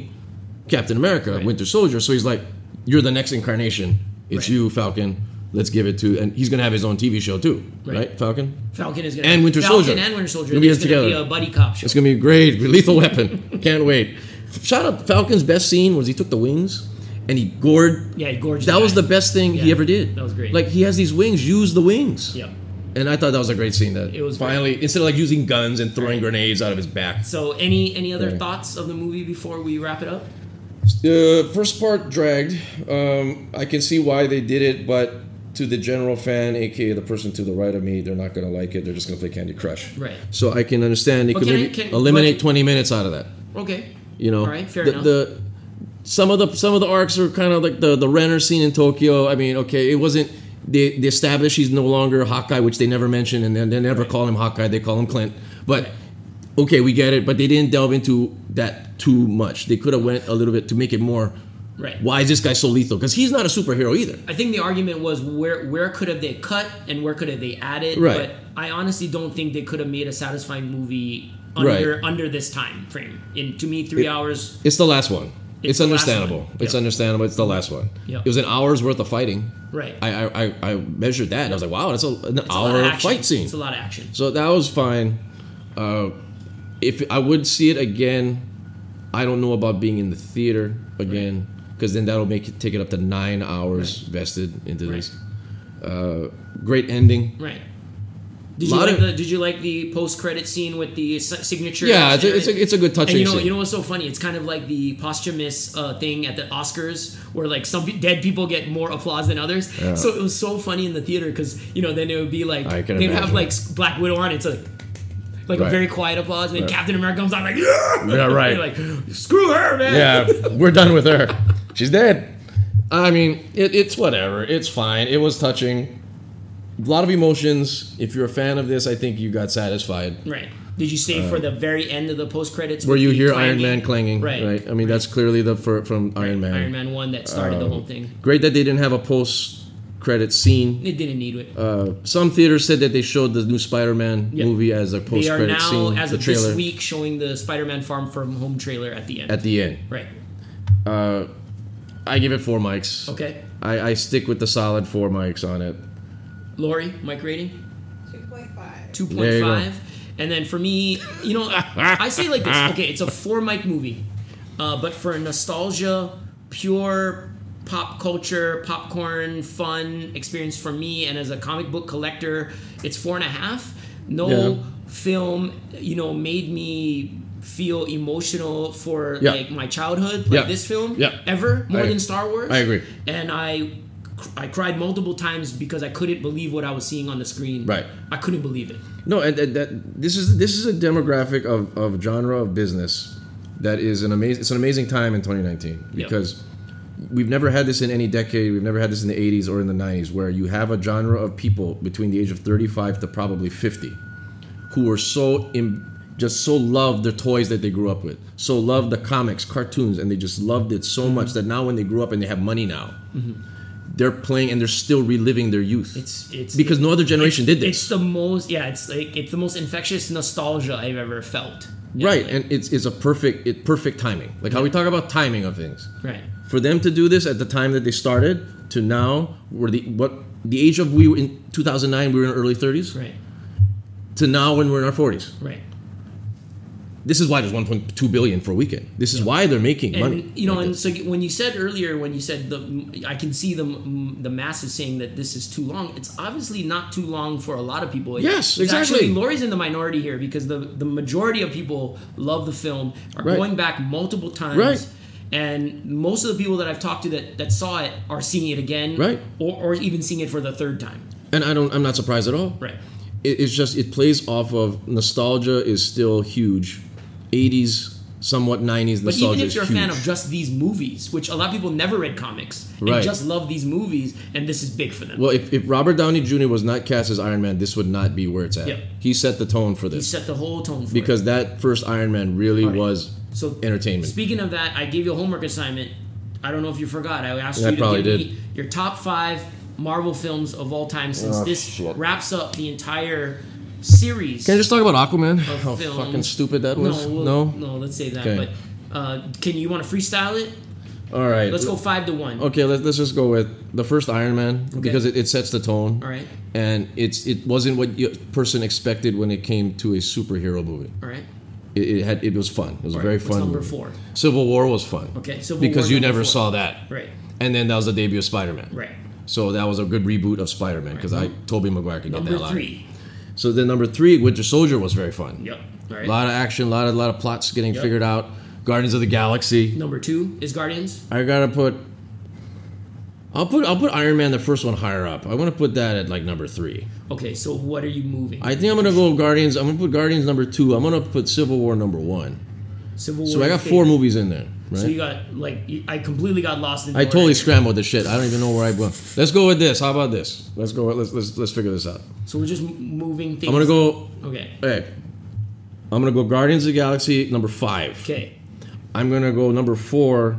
A: Captain America, Winter Soldier. So he's like, "You're the next incarnation. It's
B: Right.
A: you, Falcon. Let's give it to." And he's gonna have his own TV show too, right?
B: Right.
A: Falcon.
B: Falcon is gonna
A: And Winter
B: Falcon
A: Soldier.
B: and Winter Soldier.
A: Gonna be
B: It's
A: us
B: gonna be
A: together.
B: a buddy cop show.
A: It's gonna be great. Lethal Weapon. Can't wait. Shout out Falcon's best scene was he took the wings and he gored.
B: yeah, gorgeous.
A: That was
B: guy.
A: the best thing he
B: Yeah.
A: ever did.
B: That was great.
A: Like he has these wings. Use the wings.
B: Yep.
A: And I thought that was a great scene. That
B: It was
A: finally instead of like using guns and throwing grenades out of his back.
B: So, any any other
A: Right.
B: thoughts of the movie before we wrap it up?
A: The first part dragged. Um, I can see why they did it, but to the general fan, aka the person to the right of me, they're not gonna like it. They're just gonna play Candy Crush.
B: Right.
A: So I can understand. They
B: But
A: could
B: can I-
A: maybe
B: can-
A: eliminate
B: but-
A: twenty minutes out of that.
B: Okay.
A: You know,
B: All right, fair
A: the,
B: enough.
A: the some of the some of the arcs are kind of like the the Renner scene in Tokyo. I mean, okay, it wasn't they, they established he's no longer Hawkeye, which they never mention, and then they never call him Hawkeye. They call him Clint. But okay, we get it. But they didn't delve into that too much. They could have went a little bit to make it more.
B: Right.
A: Why is this guy so lethal? Because he's not a superhero either.
B: I think the argument was where where could have they cut and where could have they added?
A: Right.
B: But I honestly don't think they could have made a satisfying movie under
A: Right.
B: under this time frame. In to me, three hours
A: It's the last one. It's,
B: the last
A: understandable.
B: one.
A: It's
B: Yeah.
A: understandable. It's the last one.
B: Yeah.
A: It was an hour's worth of fighting.
B: right.
A: I I, I, I measured that and I was like, wow, that's a, an
B: It's a lot of
A: hour
B: action.
A: fight scene.
B: It's a lot of action.
A: So that was fine. Uh, if I would see it again, I don't know about being in the theater again because then that'll make it take it up to nine hours vested into
B: Right.
A: this. Uh, great ending.
B: Right. Did you
A: Lot
B: like
A: of-
B: the Did you like the post credit scene with the s- signature?
A: Yeah, it's a, it's a, it's a good touching
B: and you know,
A: scene.
B: you know what's so funny? It's kind of like the posthumous uh, thing at the Oscars, where like some pe- dead people get more applause than others.
A: Yeah.
B: So it was so funny in the theater because you know then it would be like
A: I
B: they'd
A: can
B: have
A: imagine.
B: like s- Black Widow on. It's like like a
A: Right.
B: very quiet applause, and then
A: Right.
B: Captain America comes out like yeah,
A: Yeah, right.
B: like screw her, man.
A: yeah, we're done with her. She's dead. I mean, it, it's whatever. It's fine. It was touching. A lot of emotions. If you're a fan of this, I think you got satisfied.
B: Right. Did you stay for the very end of the post credits
A: Where Uh, you hear Iron Man clanging,
B: Right.
A: right? I mean, that's clearly the for, from Iron Man.
B: Iron Man one that started
A: uh,
B: the whole thing.
A: Great that they didn't have a post-credit scene.
B: It didn't need it.
A: Uh, some theaters said that they showed the new Spider-Man
B: Yeah.
A: movie as a
B: They are
A: post-credit
B: now,
A: scene,
B: as
A: the
B: of
A: trailer
B: this week, showing the Spider-Man Farm from Home trailer at the end.
A: at the end.
B: right.
A: Uh, I give it four mics.
B: Okay.
A: I, I stick with the solid four mics on it.
B: Lori, mic rating
C: Two point five.
B: two
A: There
B: point
A: you go.
B: five, and then for me, you know, I say like this. Okay, it's a four mic movie, uh, but for nostalgia, pure pop culture, popcorn, fun experience for me, and as a comic book collector, it's four and a half. No
A: Yeah.
B: film, you know, made me feel emotional for
A: Yeah.
B: like my childhood like
A: Yeah.
B: this film
A: Yeah.
B: ever more
A: I-
B: than Star Wars.
A: I agree.
B: and I. I cried multiple times because I couldn't believe what I was seeing on the screen.
A: Right.
B: I couldn't believe it.
A: No, and, and that this is this is a demographic of, of genre of business that is an amazing. It's an amazing time in 2019
B: Yeah.
A: because we've never had this in any decade. We've never had this in the 80s or in the 90s, where you have a genre of people between the age of 35 to probably 50 who were so Im- just so loved the toys that they grew up with, so loved the comics, cartoons, and they just loved it so much that now when they grew up and they have money now, they're playing and they're still reliving their youth.
B: Mm-hmm. It's it's
A: because no other generation did this.
B: it's the most yeah it's like it's the most infectious nostalgia I've ever felt. Yeah,
A: right
B: like-
A: and it's, it's a perfect it, perfect timing like how we talk about timing of things
B: right.
A: for them to do this at the time that they started to now where the what the age of we were in 2009 we were in our early 30s
B: Right.
A: to now when we're in our 40s
B: Right.
A: this is why there's 1.2 billion for a weekend this is why they're making
B: And
A: money
B: you know,
A: like
B: and
A: this.
B: so you- when you said earlier, when you said the, I can see the the masses saying that this is too long. It's obviously not too long for a lot of people. It-
A: Yes,
B: it's
A: exactly.
B: Actually, Lori's in the minority here because the the majority of people love the film are
A: Right.
B: going back multiple times.
A: Right.
B: And most of the people that I've talked to that, that saw it are seeing it again,
A: Right.
B: Or, or even seeing it for the third time,
A: and i don't i'm not surprised at all
B: right?
A: it, it's just it plays off of nostalgia is still huge 80s somewhat 90s
B: But
A: nostalgia
B: even if
A: is
B: you're a
A: huge.
B: fan of just these movies, which a lot of people never read comics and
A: Right.
B: just love these movies, and this is big for them.
A: Well, if, if Robert Downey Jr. was not cast as Iron Man, this would not be where it's at.
B: Yeah.
A: He set the tone for
B: you
A: this
B: set the whole tone for it.
A: because that first Iron Man really
B: Right.
A: was
B: So
A: entertainment.
B: Speaking of that, I gave you a homework assignment. I don't know if you forgot. I asked
A: Yeah, I
B: you to
A: probably
B: give me your top five Marvel films of all time since
A: Oh,
B: this
A: shit.
B: wraps up the entire series.
A: Can I just talk about Aquaman? How
B: films.
A: fucking stupid that
B: no,
A: was.
B: we'll-
A: no?
B: no, let's say that.
A: Okay.
B: But uh, can you want to freestyle it?
A: All right.
B: Let's go five to one.
A: Okay, let's, let's just go with the first Iron Man because it, it sets the tone.
B: All right.
A: And it's it wasn't what you person expected when it came to a superhero movie.
B: All right.
A: It, it had it was fun. It was a
B: All right,
A: very
B: what's
A: fun.
B: number
A: movie.
B: four?
A: Civil War was fun.
B: Okay, Civil War,
A: because you
B: number
A: never
B: four.
A: saw that.
B: Right.
A: And then that was the debut of Spider-Man.
B: Right.
A: So that was a good reboot of Spider-Man because I Tobey Maguire could get that
B: Number
A: a lot.
B: three.
A: So then number three, Winter Soldier was very fun.
B: Yep. All
A: A
B: right.
A: lot of action, a lot of lot of plots getting
B: Yep.
A: figured out. Guardians of the Galaxy.
B: Number two is Guardians.
A: I gotta put. I'll put I'll put Iron Man the first one higher up. I want to put that at like number three.
B: Okay, so what are you moving?
A: I think I'm gonna go Guardians. I'm gonna put Guardians number two. I'm gonna put Civil War number one.
B: Civil War.
A: So I got
B: okay.
A: four movies in there, right?
B: So you got like you- I completely got lost in.
A: I
B: the
A: totally
B: order.
A: scrambled the shit. I don't even know where I went. Let's go with this. How about this? Let's go. Let's let's let's figure this out.
B: So we're just m- moving things.
A: I'm gonna go.
B: Okay.
A: Okay. I'm gonna go Guardians of the Galaxy number five.
B: Okay.
A: I'm gonna go number four,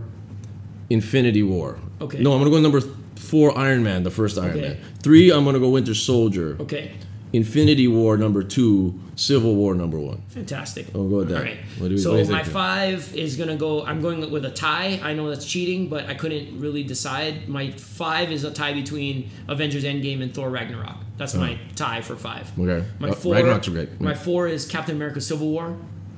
A: Infinity War.
B: Okay.
A: No, I'm gonna go number th- four, Iron Man, the first Iron
B: Okay.
A: Man. Three, I'm gonna go Winter Soldier.
B: Okay.
A: Infinity War number two, Civil War number one.
B: Fantastic.
A: We'll go with that.
B: All right.
A: Oh, What do we-
B: so
A: what do you
B: my
A: think?
B: five is gonna go. I'm going with a tie. I know that's cheating, but I couldn't really decide. My five is a tie between Avengers Endgame and Thor Ragnarok. That's my tie for five.
A: Oh. Okay.
B: My
A: Uh,
B: four.
A: Ragnarok's great.
B: My
A: Yeah.
B: four is Captain America: Civil War.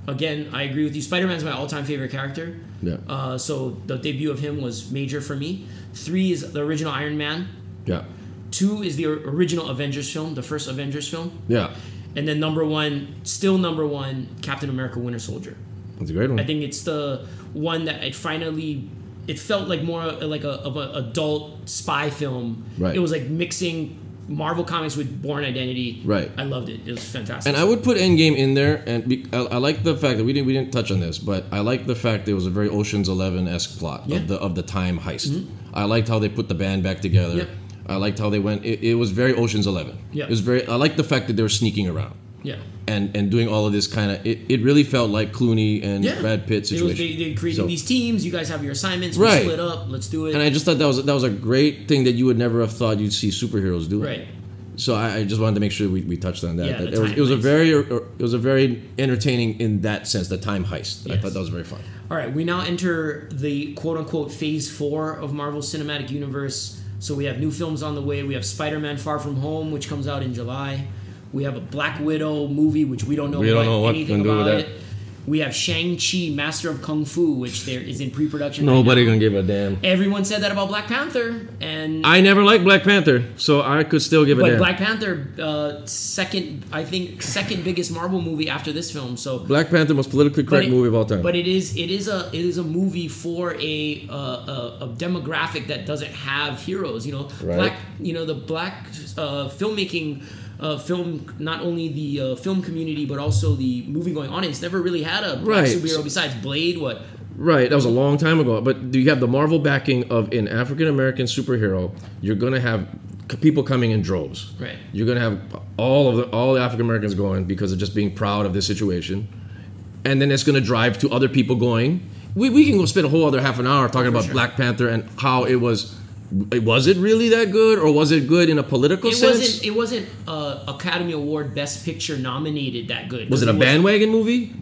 B: Again, I agree with you. Spider Man's my all-time favorite character.
A: Yeah.
B: Uh, so the debut of him was major for me. Three is the original Iron Man.
A: Yeah.
B: Two is the original Avengers film, the first Avengers film.
A: Yeah.
B: And then number one, still number one, Captain America Winter Soldier.
A: That's a great one.
B: I think it's the one that it finally it felt like more like a of an adult spy film.
A: Right.
B: It was like mixing Marvel comics with Born Identity.
A: Right.
B: I loved it. It was fantastic.
A: and I would put Endgame in there, and be, I, I like the fact that we didn't we didn't touch on this, but I like the fact that it was a very Ocean's Eleven esque plot
B: Yeah. Mm-hmm.
A: of the of the time heist. I liked how they put the band back together.
B: Yep.
A: I liked how they went. It, it was very Ocean's Eleven.
B: Yeah.
A: It was very. I like the fact that they were sneaking around.
B: yeah.
A: and and doing all of this kind of it, it really felt like Clooney and
B: Yeah.
A: Brad Pitt
B: It
A: situation.
B: was, they, they created
A: So-
B: these teams. You guys have your assignments. We
A: Right.
B: split up. Let's do it.
A: and I just thought that was that was a great thing that you would never have thought you'd see superheroes do.
B: right.
A: So I, I just wanted to make sure we, we touched on that.
B: Yeah,
A: That
B: the
A: it was
B: time
A: it was a
B: heist.
A: very er, it was a very entertaining in that sense the time heist. I
B: Yes.
A: thought that was very fun.
B: All right, we now enter the quote unquote phase four of Marvel Cinematic Universe. So we have new films on the way. We have Spider Man Far From Home, which comes out in July. We have a Black Widow movie, which we don't know,
A: We
B: what,
A: don't know what
B: anything
A: to do
B: about
A: with that.
B: it. We have Shang-Chi, Master of Kung Fu, which there is in pre production.
A: gonna give a damn.
B: Everyone said that about Black Panther, and
A: I never liked Black Panther, so I could still give a
B: but
A: damn.
B: Black Panther, uh, second, I think, second biggest Marvel movie after this film. So
A: Black Panther most politically
B: But
A: correct
B: it-
A: movie of all time.
B: But it is it is a it is a movie for a uh, a, a demographic that doesn't have heroes. You know,
A: Right.
B: black. You know the black uh, filmmaking. Uh, film not only the uh, film community but also the movie going audience never really had a black
A: Right.
B: superhero besides Blade what
A: Right, that was a long time ago. But do you have the Marvel backing of an African American superhero? You're gonna have c- people coming in droves.
B: Right.
A: You're gonna have all of the, all the African Americans going because of just being proud of this situation, and then it's gonna drive to other people going. We, we can go spend a whole other half an hour talking about
B: sure.
A: Black Panther and how it was. It, was it really that good, or was it good in a political
B: it
A: sense?
B: wasn't it wasn't uh, Academy Award Best Picture nominated that good
A: was it a bandwagon movie?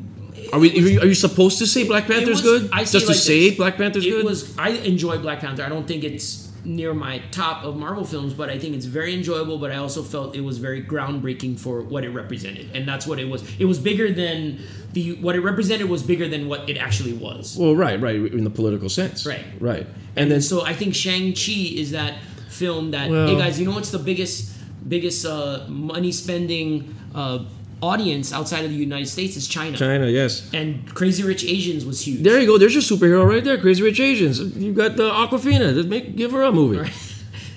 A: Are we? Are you, are you supposed to say Black Panther's
B: was-
A: good?
B: I
A: just
B: say
A: to
B: like
A: say
B: this.
A: Black Panther's
B: it
A: good?
B: was. I enjoy Black Panther. I don't think it's near my top of Marvel films, but I think it's very enjoyable. But I also felt it was very groundbreaking for what it represented, and that's what it was. It was bigger than the what it represented was bigger than what it actually was.
A: Well, right, right, in the political sense.
B: Right.
A: Right. And then,
B: so I think Shang Chi is that film that
A: Well-
B: hey guys, you know what's the biggest biggest uh, money spending uh, audience outside of the United States is China.
A: China, yes.
B: And Crazy Rich Asians was huge.
A: There you go. There's your superhero right there, Crazy Rich Asians. You got the Aquafina. Just Make, give her a movie.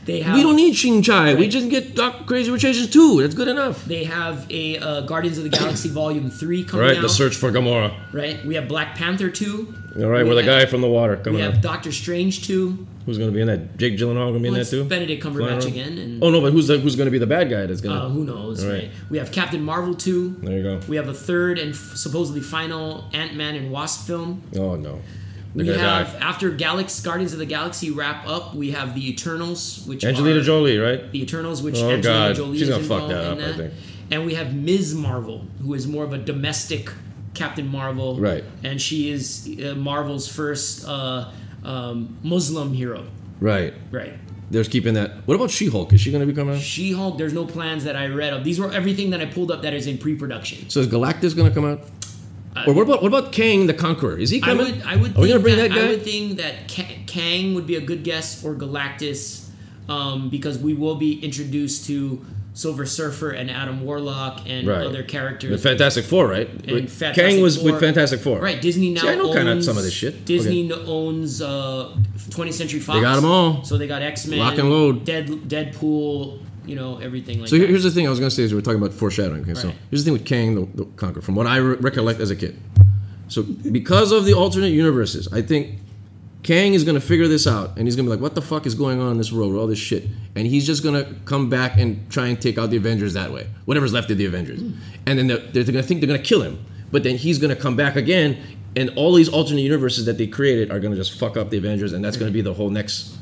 B: they have
A: We don't need Ching Chai. We
B: Right.
A: just get Doc Crazy Rich Asians too. That's good enough.
B: They have a uh, Guardians of the Galaxy Volume Three coming out.
A: for Gamora.
B: Right. We have Black Panther Two.
A: All right,
B: We
A: with a
B: have-
A: guy from the water
B: We
A: coming
B: have
A: up.
B: Doctor Strange Two.
A: Who's going to be in that? Jake Gyllenhaal going to be in
B: Well,
A: that
B: it's
A: too?
B: Benedict
A: Flying
B: Cumberbatch
A: around?
B: again, and
A: Oh no, but who's the, who's going to be the bad guy? That's
B: uh,
A: going to.
B: who knows,
A: All
B: right.
A: Oh. right.
B: We have Captain Marvel Two.
A: there you go.
B: We have a third and f- supposedly final Ant Man and Wasp film.
A: Oh no. They're
B: We
A: gonna
B: have
A: die.
B: after Galax Guardians of the Galaxy wrap up, we have the Eternals, which
A: Angelina
B: are-
A: Jolie, right?
B: the Eternals, which
A: Oh,
B: Angelina
A: God.
B: Jolie
A: She's
B: is
A: gonna fuck
B: involved
A: that
B: in
A: up, I
B: that.
A: think.
B: And we have Ms. Marvel, who is more of a domestic Captain Marvel,
A: Right.
B: And she is uh, Marvel's first uh, um, Muslim hero,
A: Right.
B: right?
A: They're keeping that. What about She-Hulk? Is she going to be coming out?
B: She Hulk. There's no plans that I read of. These were everything that I pulled up that is in pre-production.
A: So is Galactus going to come out? or what about what about Kang the Conqueror? Is he
B: Uh, I
A: coming?
B: would, I would.
A: Are we gonna
B: think
A: bring that,
B: that,
A: guy?
B: I would think that Ka- Kang would be a good guess or Galactus, um, because we will be introduced to Silver Surfer and Adam Warlock and
A: Right.
B: other characters.
A: the Fantastic Four, right?
B: and
A: With-
B: Fantastic
A: Kang was
B: Four.
A: with Fantastic Four,
B: Right, Disney now.
A: See, I know
B: owns,
A: kinda some of this shit.
B: Disney no- owns uh, 20th Century Fox.
A: got 'em all.
B: So they got X Men,
A: Lock and load.
B: Dead, Deadpool, you know everything like
A: So
B: that.
A: here- here's the thing I was going to say is we we're talking about foreshadowing. Okay, so
B: Right.
A: here's the thing with Kang the, the Conqueror, from what I re- recollect as a kid. So because of the alternate universes, I think Kang is going to figure this out, and he's going to be like, "What the fuck is going on in this world with all this shit?" And he's just going to come back and try and take out the Avengers that way, whatever's left of the Avengers. And then they're, they're going to think they're going to kill him, but then he's going to come back again, and all these alternate universes that they created are going to just fuck up the Avengers, and that's going to be the whole next.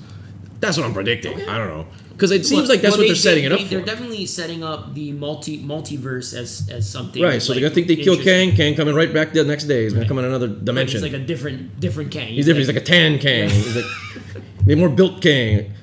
A: That's what I'm predicting. I don't know. Because it seems
B: Well,
A: like that's
B: well,
A: what
B: they-
A: they're setting
B: they-
A: it up
B: they-
A: for.
B: They're definitely setting up the multi multiverse as as something.
A: Right, so
B: like,
A: they're gonna think they kill
B: interesting.
A: Kang. Kang coming right back the next day. He's gonna come in another
B: Like,
A: dimension.
B: He's like a different different Kang.
A: He's different. He's like a tan Kang. He's like the more built Kang.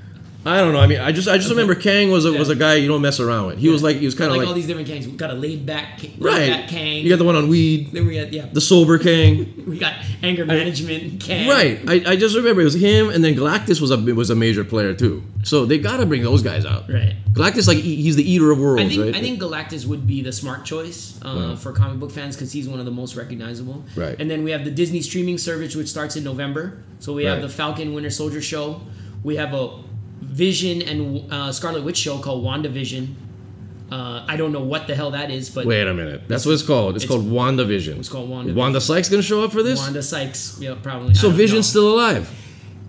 A: I don't know. I mean, I just I just remember Kang was a, was a guy you don't mess around with. He was like he was kind of
B: like,
A: like,
B: all these different Kangs. We got a laid back, laid
A: right.
B: back Kang.
A: You got the one on weed,
B: then we got yeah,
A: the sober Kang.
B: we got anger management Kang.
A: right. I, I just remember it was him, and then Galactus was a was a major player too. So they gotta bring those guys out.
B: Right.
A: Galactus like he- he's the eater of worlds.
B: I think
A: right.
B: I think Galactus would be the smart choice uh,
A: Wow.
B: for comic book fans because he's one of the most recognizable.
A: Right.
B: And then we have the Disney streaming service, which starts in November. So we have
A: Right.
B: the Falcon Winter Soldier show. We have a Vision and uh, Scarlet Witch show called WandaVision. Uh, I don't know what the hell that is, but
A: Wait a minute. That's what it's called. It's,
B: It's-
A: called WandaVision. It's
B: called WandaVision.
A: Wanda Sykes gonna show up for this?
B: Wanda Sykes, yeah, probably. I
A: so
B: don't
A: Vision's
B: know.
A: still alive.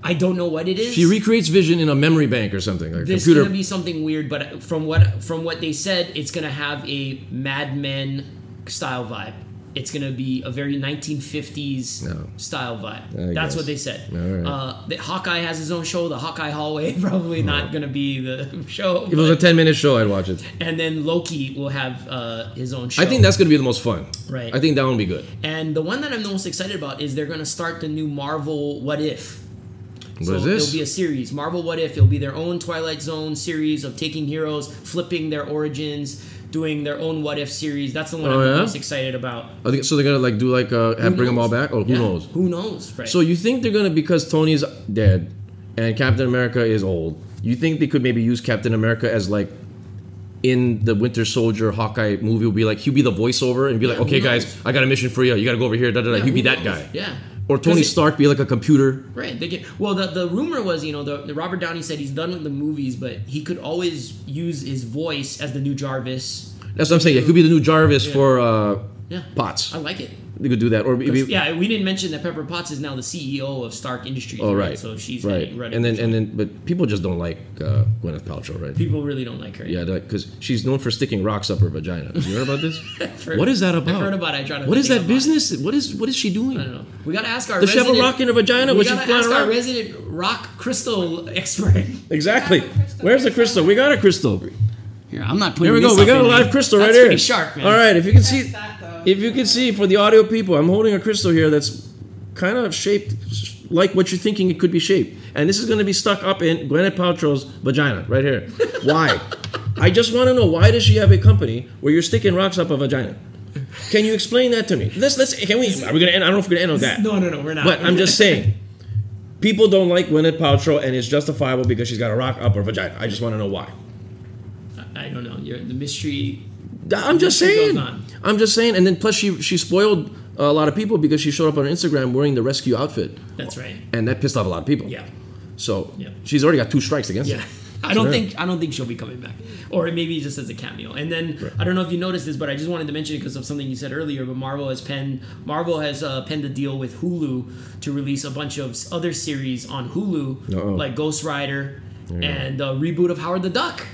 B: I don't know what it is.
A: She recreates Vision in a memory bank or something, like a
B: This
A: computer
B: is gonna be something weird, but from what from what they said, it's gonna have a Mad Men style vibe. It's gonna be a very 1950s
A: No.
B: style vibe.
A: I
B: That's
A: guess.
B: what they said.
A: All right.
B: Uh, the Hawkeye has his own show, the Hawkeye Hallway. Probably not gonna be the show.
A: If it was a
B: but-
A: 10 minute show, I'd watch it.
B: and then Loki will have uh, his own show.
A: I think that's going to be the most fun.
B: Right.
A: I think that one will be good.
B: And the one that I'm the most excited about is they're gonna start the new Marvel What If.
A: What
B: so
A: is this?
B: It'll be a series, Marvel What If. It'll be their own Twilight Zone series of taking heroes, flipping their origins, doing their own What If series. That's the one
A: Oh,
B: I'm
A: yeah?
B: most excited about.
A: I think- so they're going to like do like uh, have bring them all
B: knows?
A: back? Oh, who
B: Yeah,
A: knows?
B: Who knows? Right.
A: So you think they're going to because Tony's dead and Captain America is old. You think they could maybe use Captain America as like in the Winter Soldier Hawkeye movie will be like he'll be the voiceover and be like,
B: Yeah, who
A: "Okay guys,
B: knows?
A: I got a mission for you. You got to go over here." Da, da, da.
B: Yeah,
A: he'll
B: who
A: be that
B: knows?
A: guy.
B: Yeah.
A: Or
B: 'Cause
A: Tony
B: it-
A: Stark be like a computer.
B: Right. They get well. The, the rumor was, you know, the, the Robert Downey said he's done with the movies, but he could always use his voice as the new Jarvis.
A: That's what I'm saying. It could be the new Jarvis for uh
B: Yeah.
A: Potts.
B: I like it.
A: They could do that or maybe
B: Yeah, we didn't mention that Pepper Potts is now the CEO of Stark Industries.
A: Oh right.
B: So she's
A: right.
B: heading- running.
A: And then and then but people just don't like uh, Gwyneth Paltrow, right?
B: people really don't like her.
A: Yeah, because she's known for sticking rocks up her vagina. You heard about this?
B: heard-
A: what is that about?
B: I've heard about it. I tried to
A: What is
B: think
A: that
B: about it.
A: business? What is what is she doing?
B: I don't know. We gotta ask our
A: Does she have a
B: resident,
A: rock in her vagina
B: We
A: when she's
B: gotta
A: flying
B: ask our
A: around?
B: resident rock crystal expert.
A: Exactly.
C: We got a crystal.
A: Where's the crystal? We got a crystal. Here
B: Here, I'm not putting.
A: we go.
B: this
A: We
B: up
A: got a
B: in
A: live
B: the-
A: crystal
B: that's
A: right here.
B: Pretty sharp, man.
A: All right. If you can
C: That's
A: see,
C: that though.
A: if you can see for the audio people, I'm holding a crystal here that's kind of shaped like what you're thinking it could be shaped, and this is going to be stuck up in Gwyneth Paltrow's vagina right here. Why? I just want to know why does she have a company where you're sticking rocks up a vagina? Can you explain that to me? Let's let's can we? Are we gonna end? I don't know if we're gonna end on that.
B: No, no, no. We're not.
A: But I'm just saying, people don't like Gwyneth Paltrow, and it's justifiable because she's got a rock up her vagina. I just want to know why.
B: I don't know. You're the mystery.
A: I'm just
B: It goes
A: saying.
B: on.
A: I'm just saying. And then plus, she she spoiled a lot of people because she showed up on Instagram wearing the rescue outfit,
B: That's right.
A: and that pissed off a lot of people.
B: Yeah.
A: So
B: Yeah.
A: she's already got two strikes against
B: Yeah.
A: her.
B: I don't
A: Sure.
B: think I don't think she'll be coming back, or maybe just as a cameo. And then I don't know if you noticed this, but I just wanted to mention it because of something you said earlier. But Marvel has penned Marvel has uh, penned a deal with Hulu to release a bunch of s- other series on Hulu,
A: Uh-oh.
B: like Ghost Rider and uh, reboot of Howard the Duck.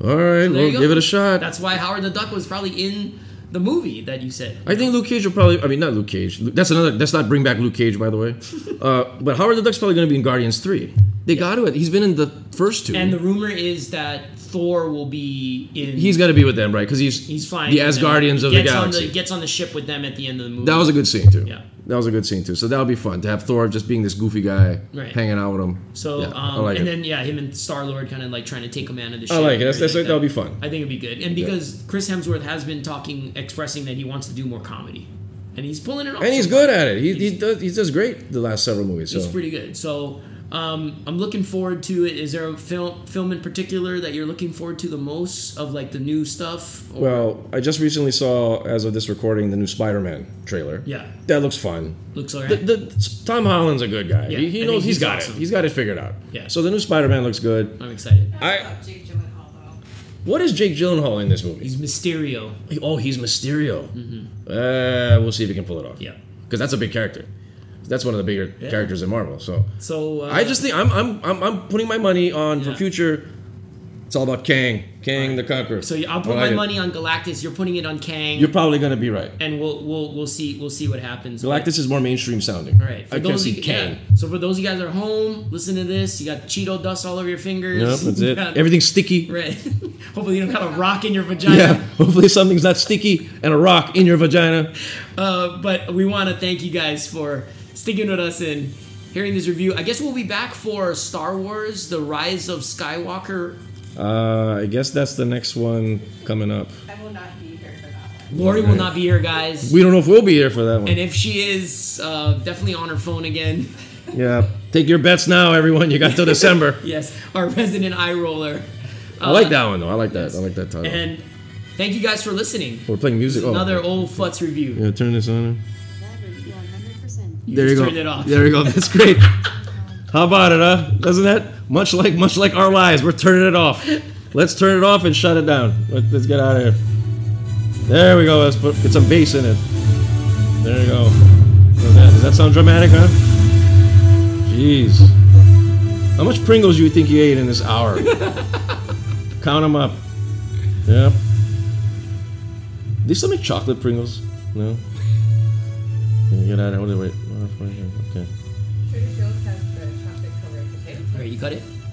A: All right,
B: There
A: well,
B: you go.
A: give it a shot.
B: That's why Howard the Duck was probably in the movie that you said.
A: I think Luke Cage will probably. I mean, not Luke Cage. Lu- That's another. That's not bring back Luke Cage, by the way. Uh, but Howard the Duck's probably going to be in Guardians Three. They got to it. He's been in the first two.
B: And the rumor is that Thor will be in.
A: he's got to be with them, right? Because he's
B: he's flying.
A: the
B: with them.
A: Asgardians of the
B: Gets
A: galaxy.
B: On the, gets on the ship with them at the end of the movie.
A: That was a good scene too.
B: Yeah.
A: That was a good scene too. So that'll be fun to have Thor just being this goofy guy,
B: Right.
A: hanging out with him.
B: So,
A: Yeah, I
B: um,
A: like
B: and
A: it.
B: then yeah, him and Star Lord kind of like trying to take him out of the. Ship
A: I like it.
B: and
A: That's, that's,
B: everything
A: that'll
B: like
A: be fun.
B: that. I think it'd be good, and because Chris Hemsworth has been talking, expressing that he wants to do more comedy, and he's pulling it off.
A: And he's
B: so far.
A: good at it. He, he does he does great the last several movies. So
B: He's pretty good. So. Um, I'm looking forward to it. Is there a film film in particular that you're looking forward to the most of like the new stuff? Or,
A: well, I just recently saw, as of this recording, the new Spider-Man trailer.
B: Yeah.
A: That looks fun.
B: looks alright.
A: The, the, Tom Holland's a good guy.
B: Yeah,
A: he,
B: I
A: he
B: think
A: knows he's
B: he's
A: got
B: awesome.
A: it. He's got it figured out.
B: Yeah.
A: So the new Spider-Man looks good.
B: I'm excited.
C: I,
A: I-
C: don't know about Jake Gyllenhaal though.
A: What is Jake Gyllenhaal in this movie?
B: He's Mysterio.
A: oh, he's Mysterio. Uh, we'll see if he can pull it off.
B: Yeah.
A: Because that's a big character. That's one of the bigger
B: Yeah.
A: characters in Marvel. So
B: So uh,
A: I just think I'm I'm I'm, I'm putting my money on for
B: Yeah.
A: future It's all about Kang, Kang the Conqueror.
B: So I'll put
A: I
B: my
A: like it.
B: money on Galactus. You're putting it on Kang,
A: You're probably gonna be right.
B: and we'll we'll we'll see we'll see what happens. But-
A: Galactus is more mainstream sounding.
B: All right. For
A: I can
B: those
A: see
B: of, you-
A: Kang.
B: yeah. So for those of you guys at home, listen to this. You got Cheeto dust all over your fingers.
A: Yep, that's it.
B: You got-
A: Everything's sticky.
B: Right. Hopefully you don't got a rock in your vagina.
A: Yeah. Hopefully something's not sticky and a rock in your vagina.
B: Uh, but we want to thank you guys for sticking with us and hearing this review. I guess we'll be back for Star Wars: The Rise of Skywalker.
A: Uh, I guess that's the next one coming up.
C: I will not be here for that one.
B: Lori will not be here, guys.
A: We don't know if we'll be here for that one.
B: and if she is, uh, definitely on her phone again.
A: Yeah. Take your bets now, everyone. You got till December.
B: Yes, our resident eye roller.
A: I like that one though. I like that. I like that title.
B: Uh, And thank you guys for listening.
A: We're playing music. Oh,
B: Another old futz review.
A: Yeah, turn this on.
D: Battery 100%.
A: there you
B: just
A: go.
B: turned it off.
A: There you go. That's great. How about it, huh? Doesn't that much like much like our lives? We're turning it off. Let's turn it off and shut it down. Let- Let's get out of here. There we go. Let's put get some bass in it. There you go. Look at that. Does that sound dramatic, huh? Jeez. How much Pringles do you think you ate in this hour? Count them up. Yep. Do they still make chocolate Pringles? No. Can you get out of here? Wait, wait. Okay.
C: Trader Joe's has the chocolate covered potato.
B: All right, you cut it.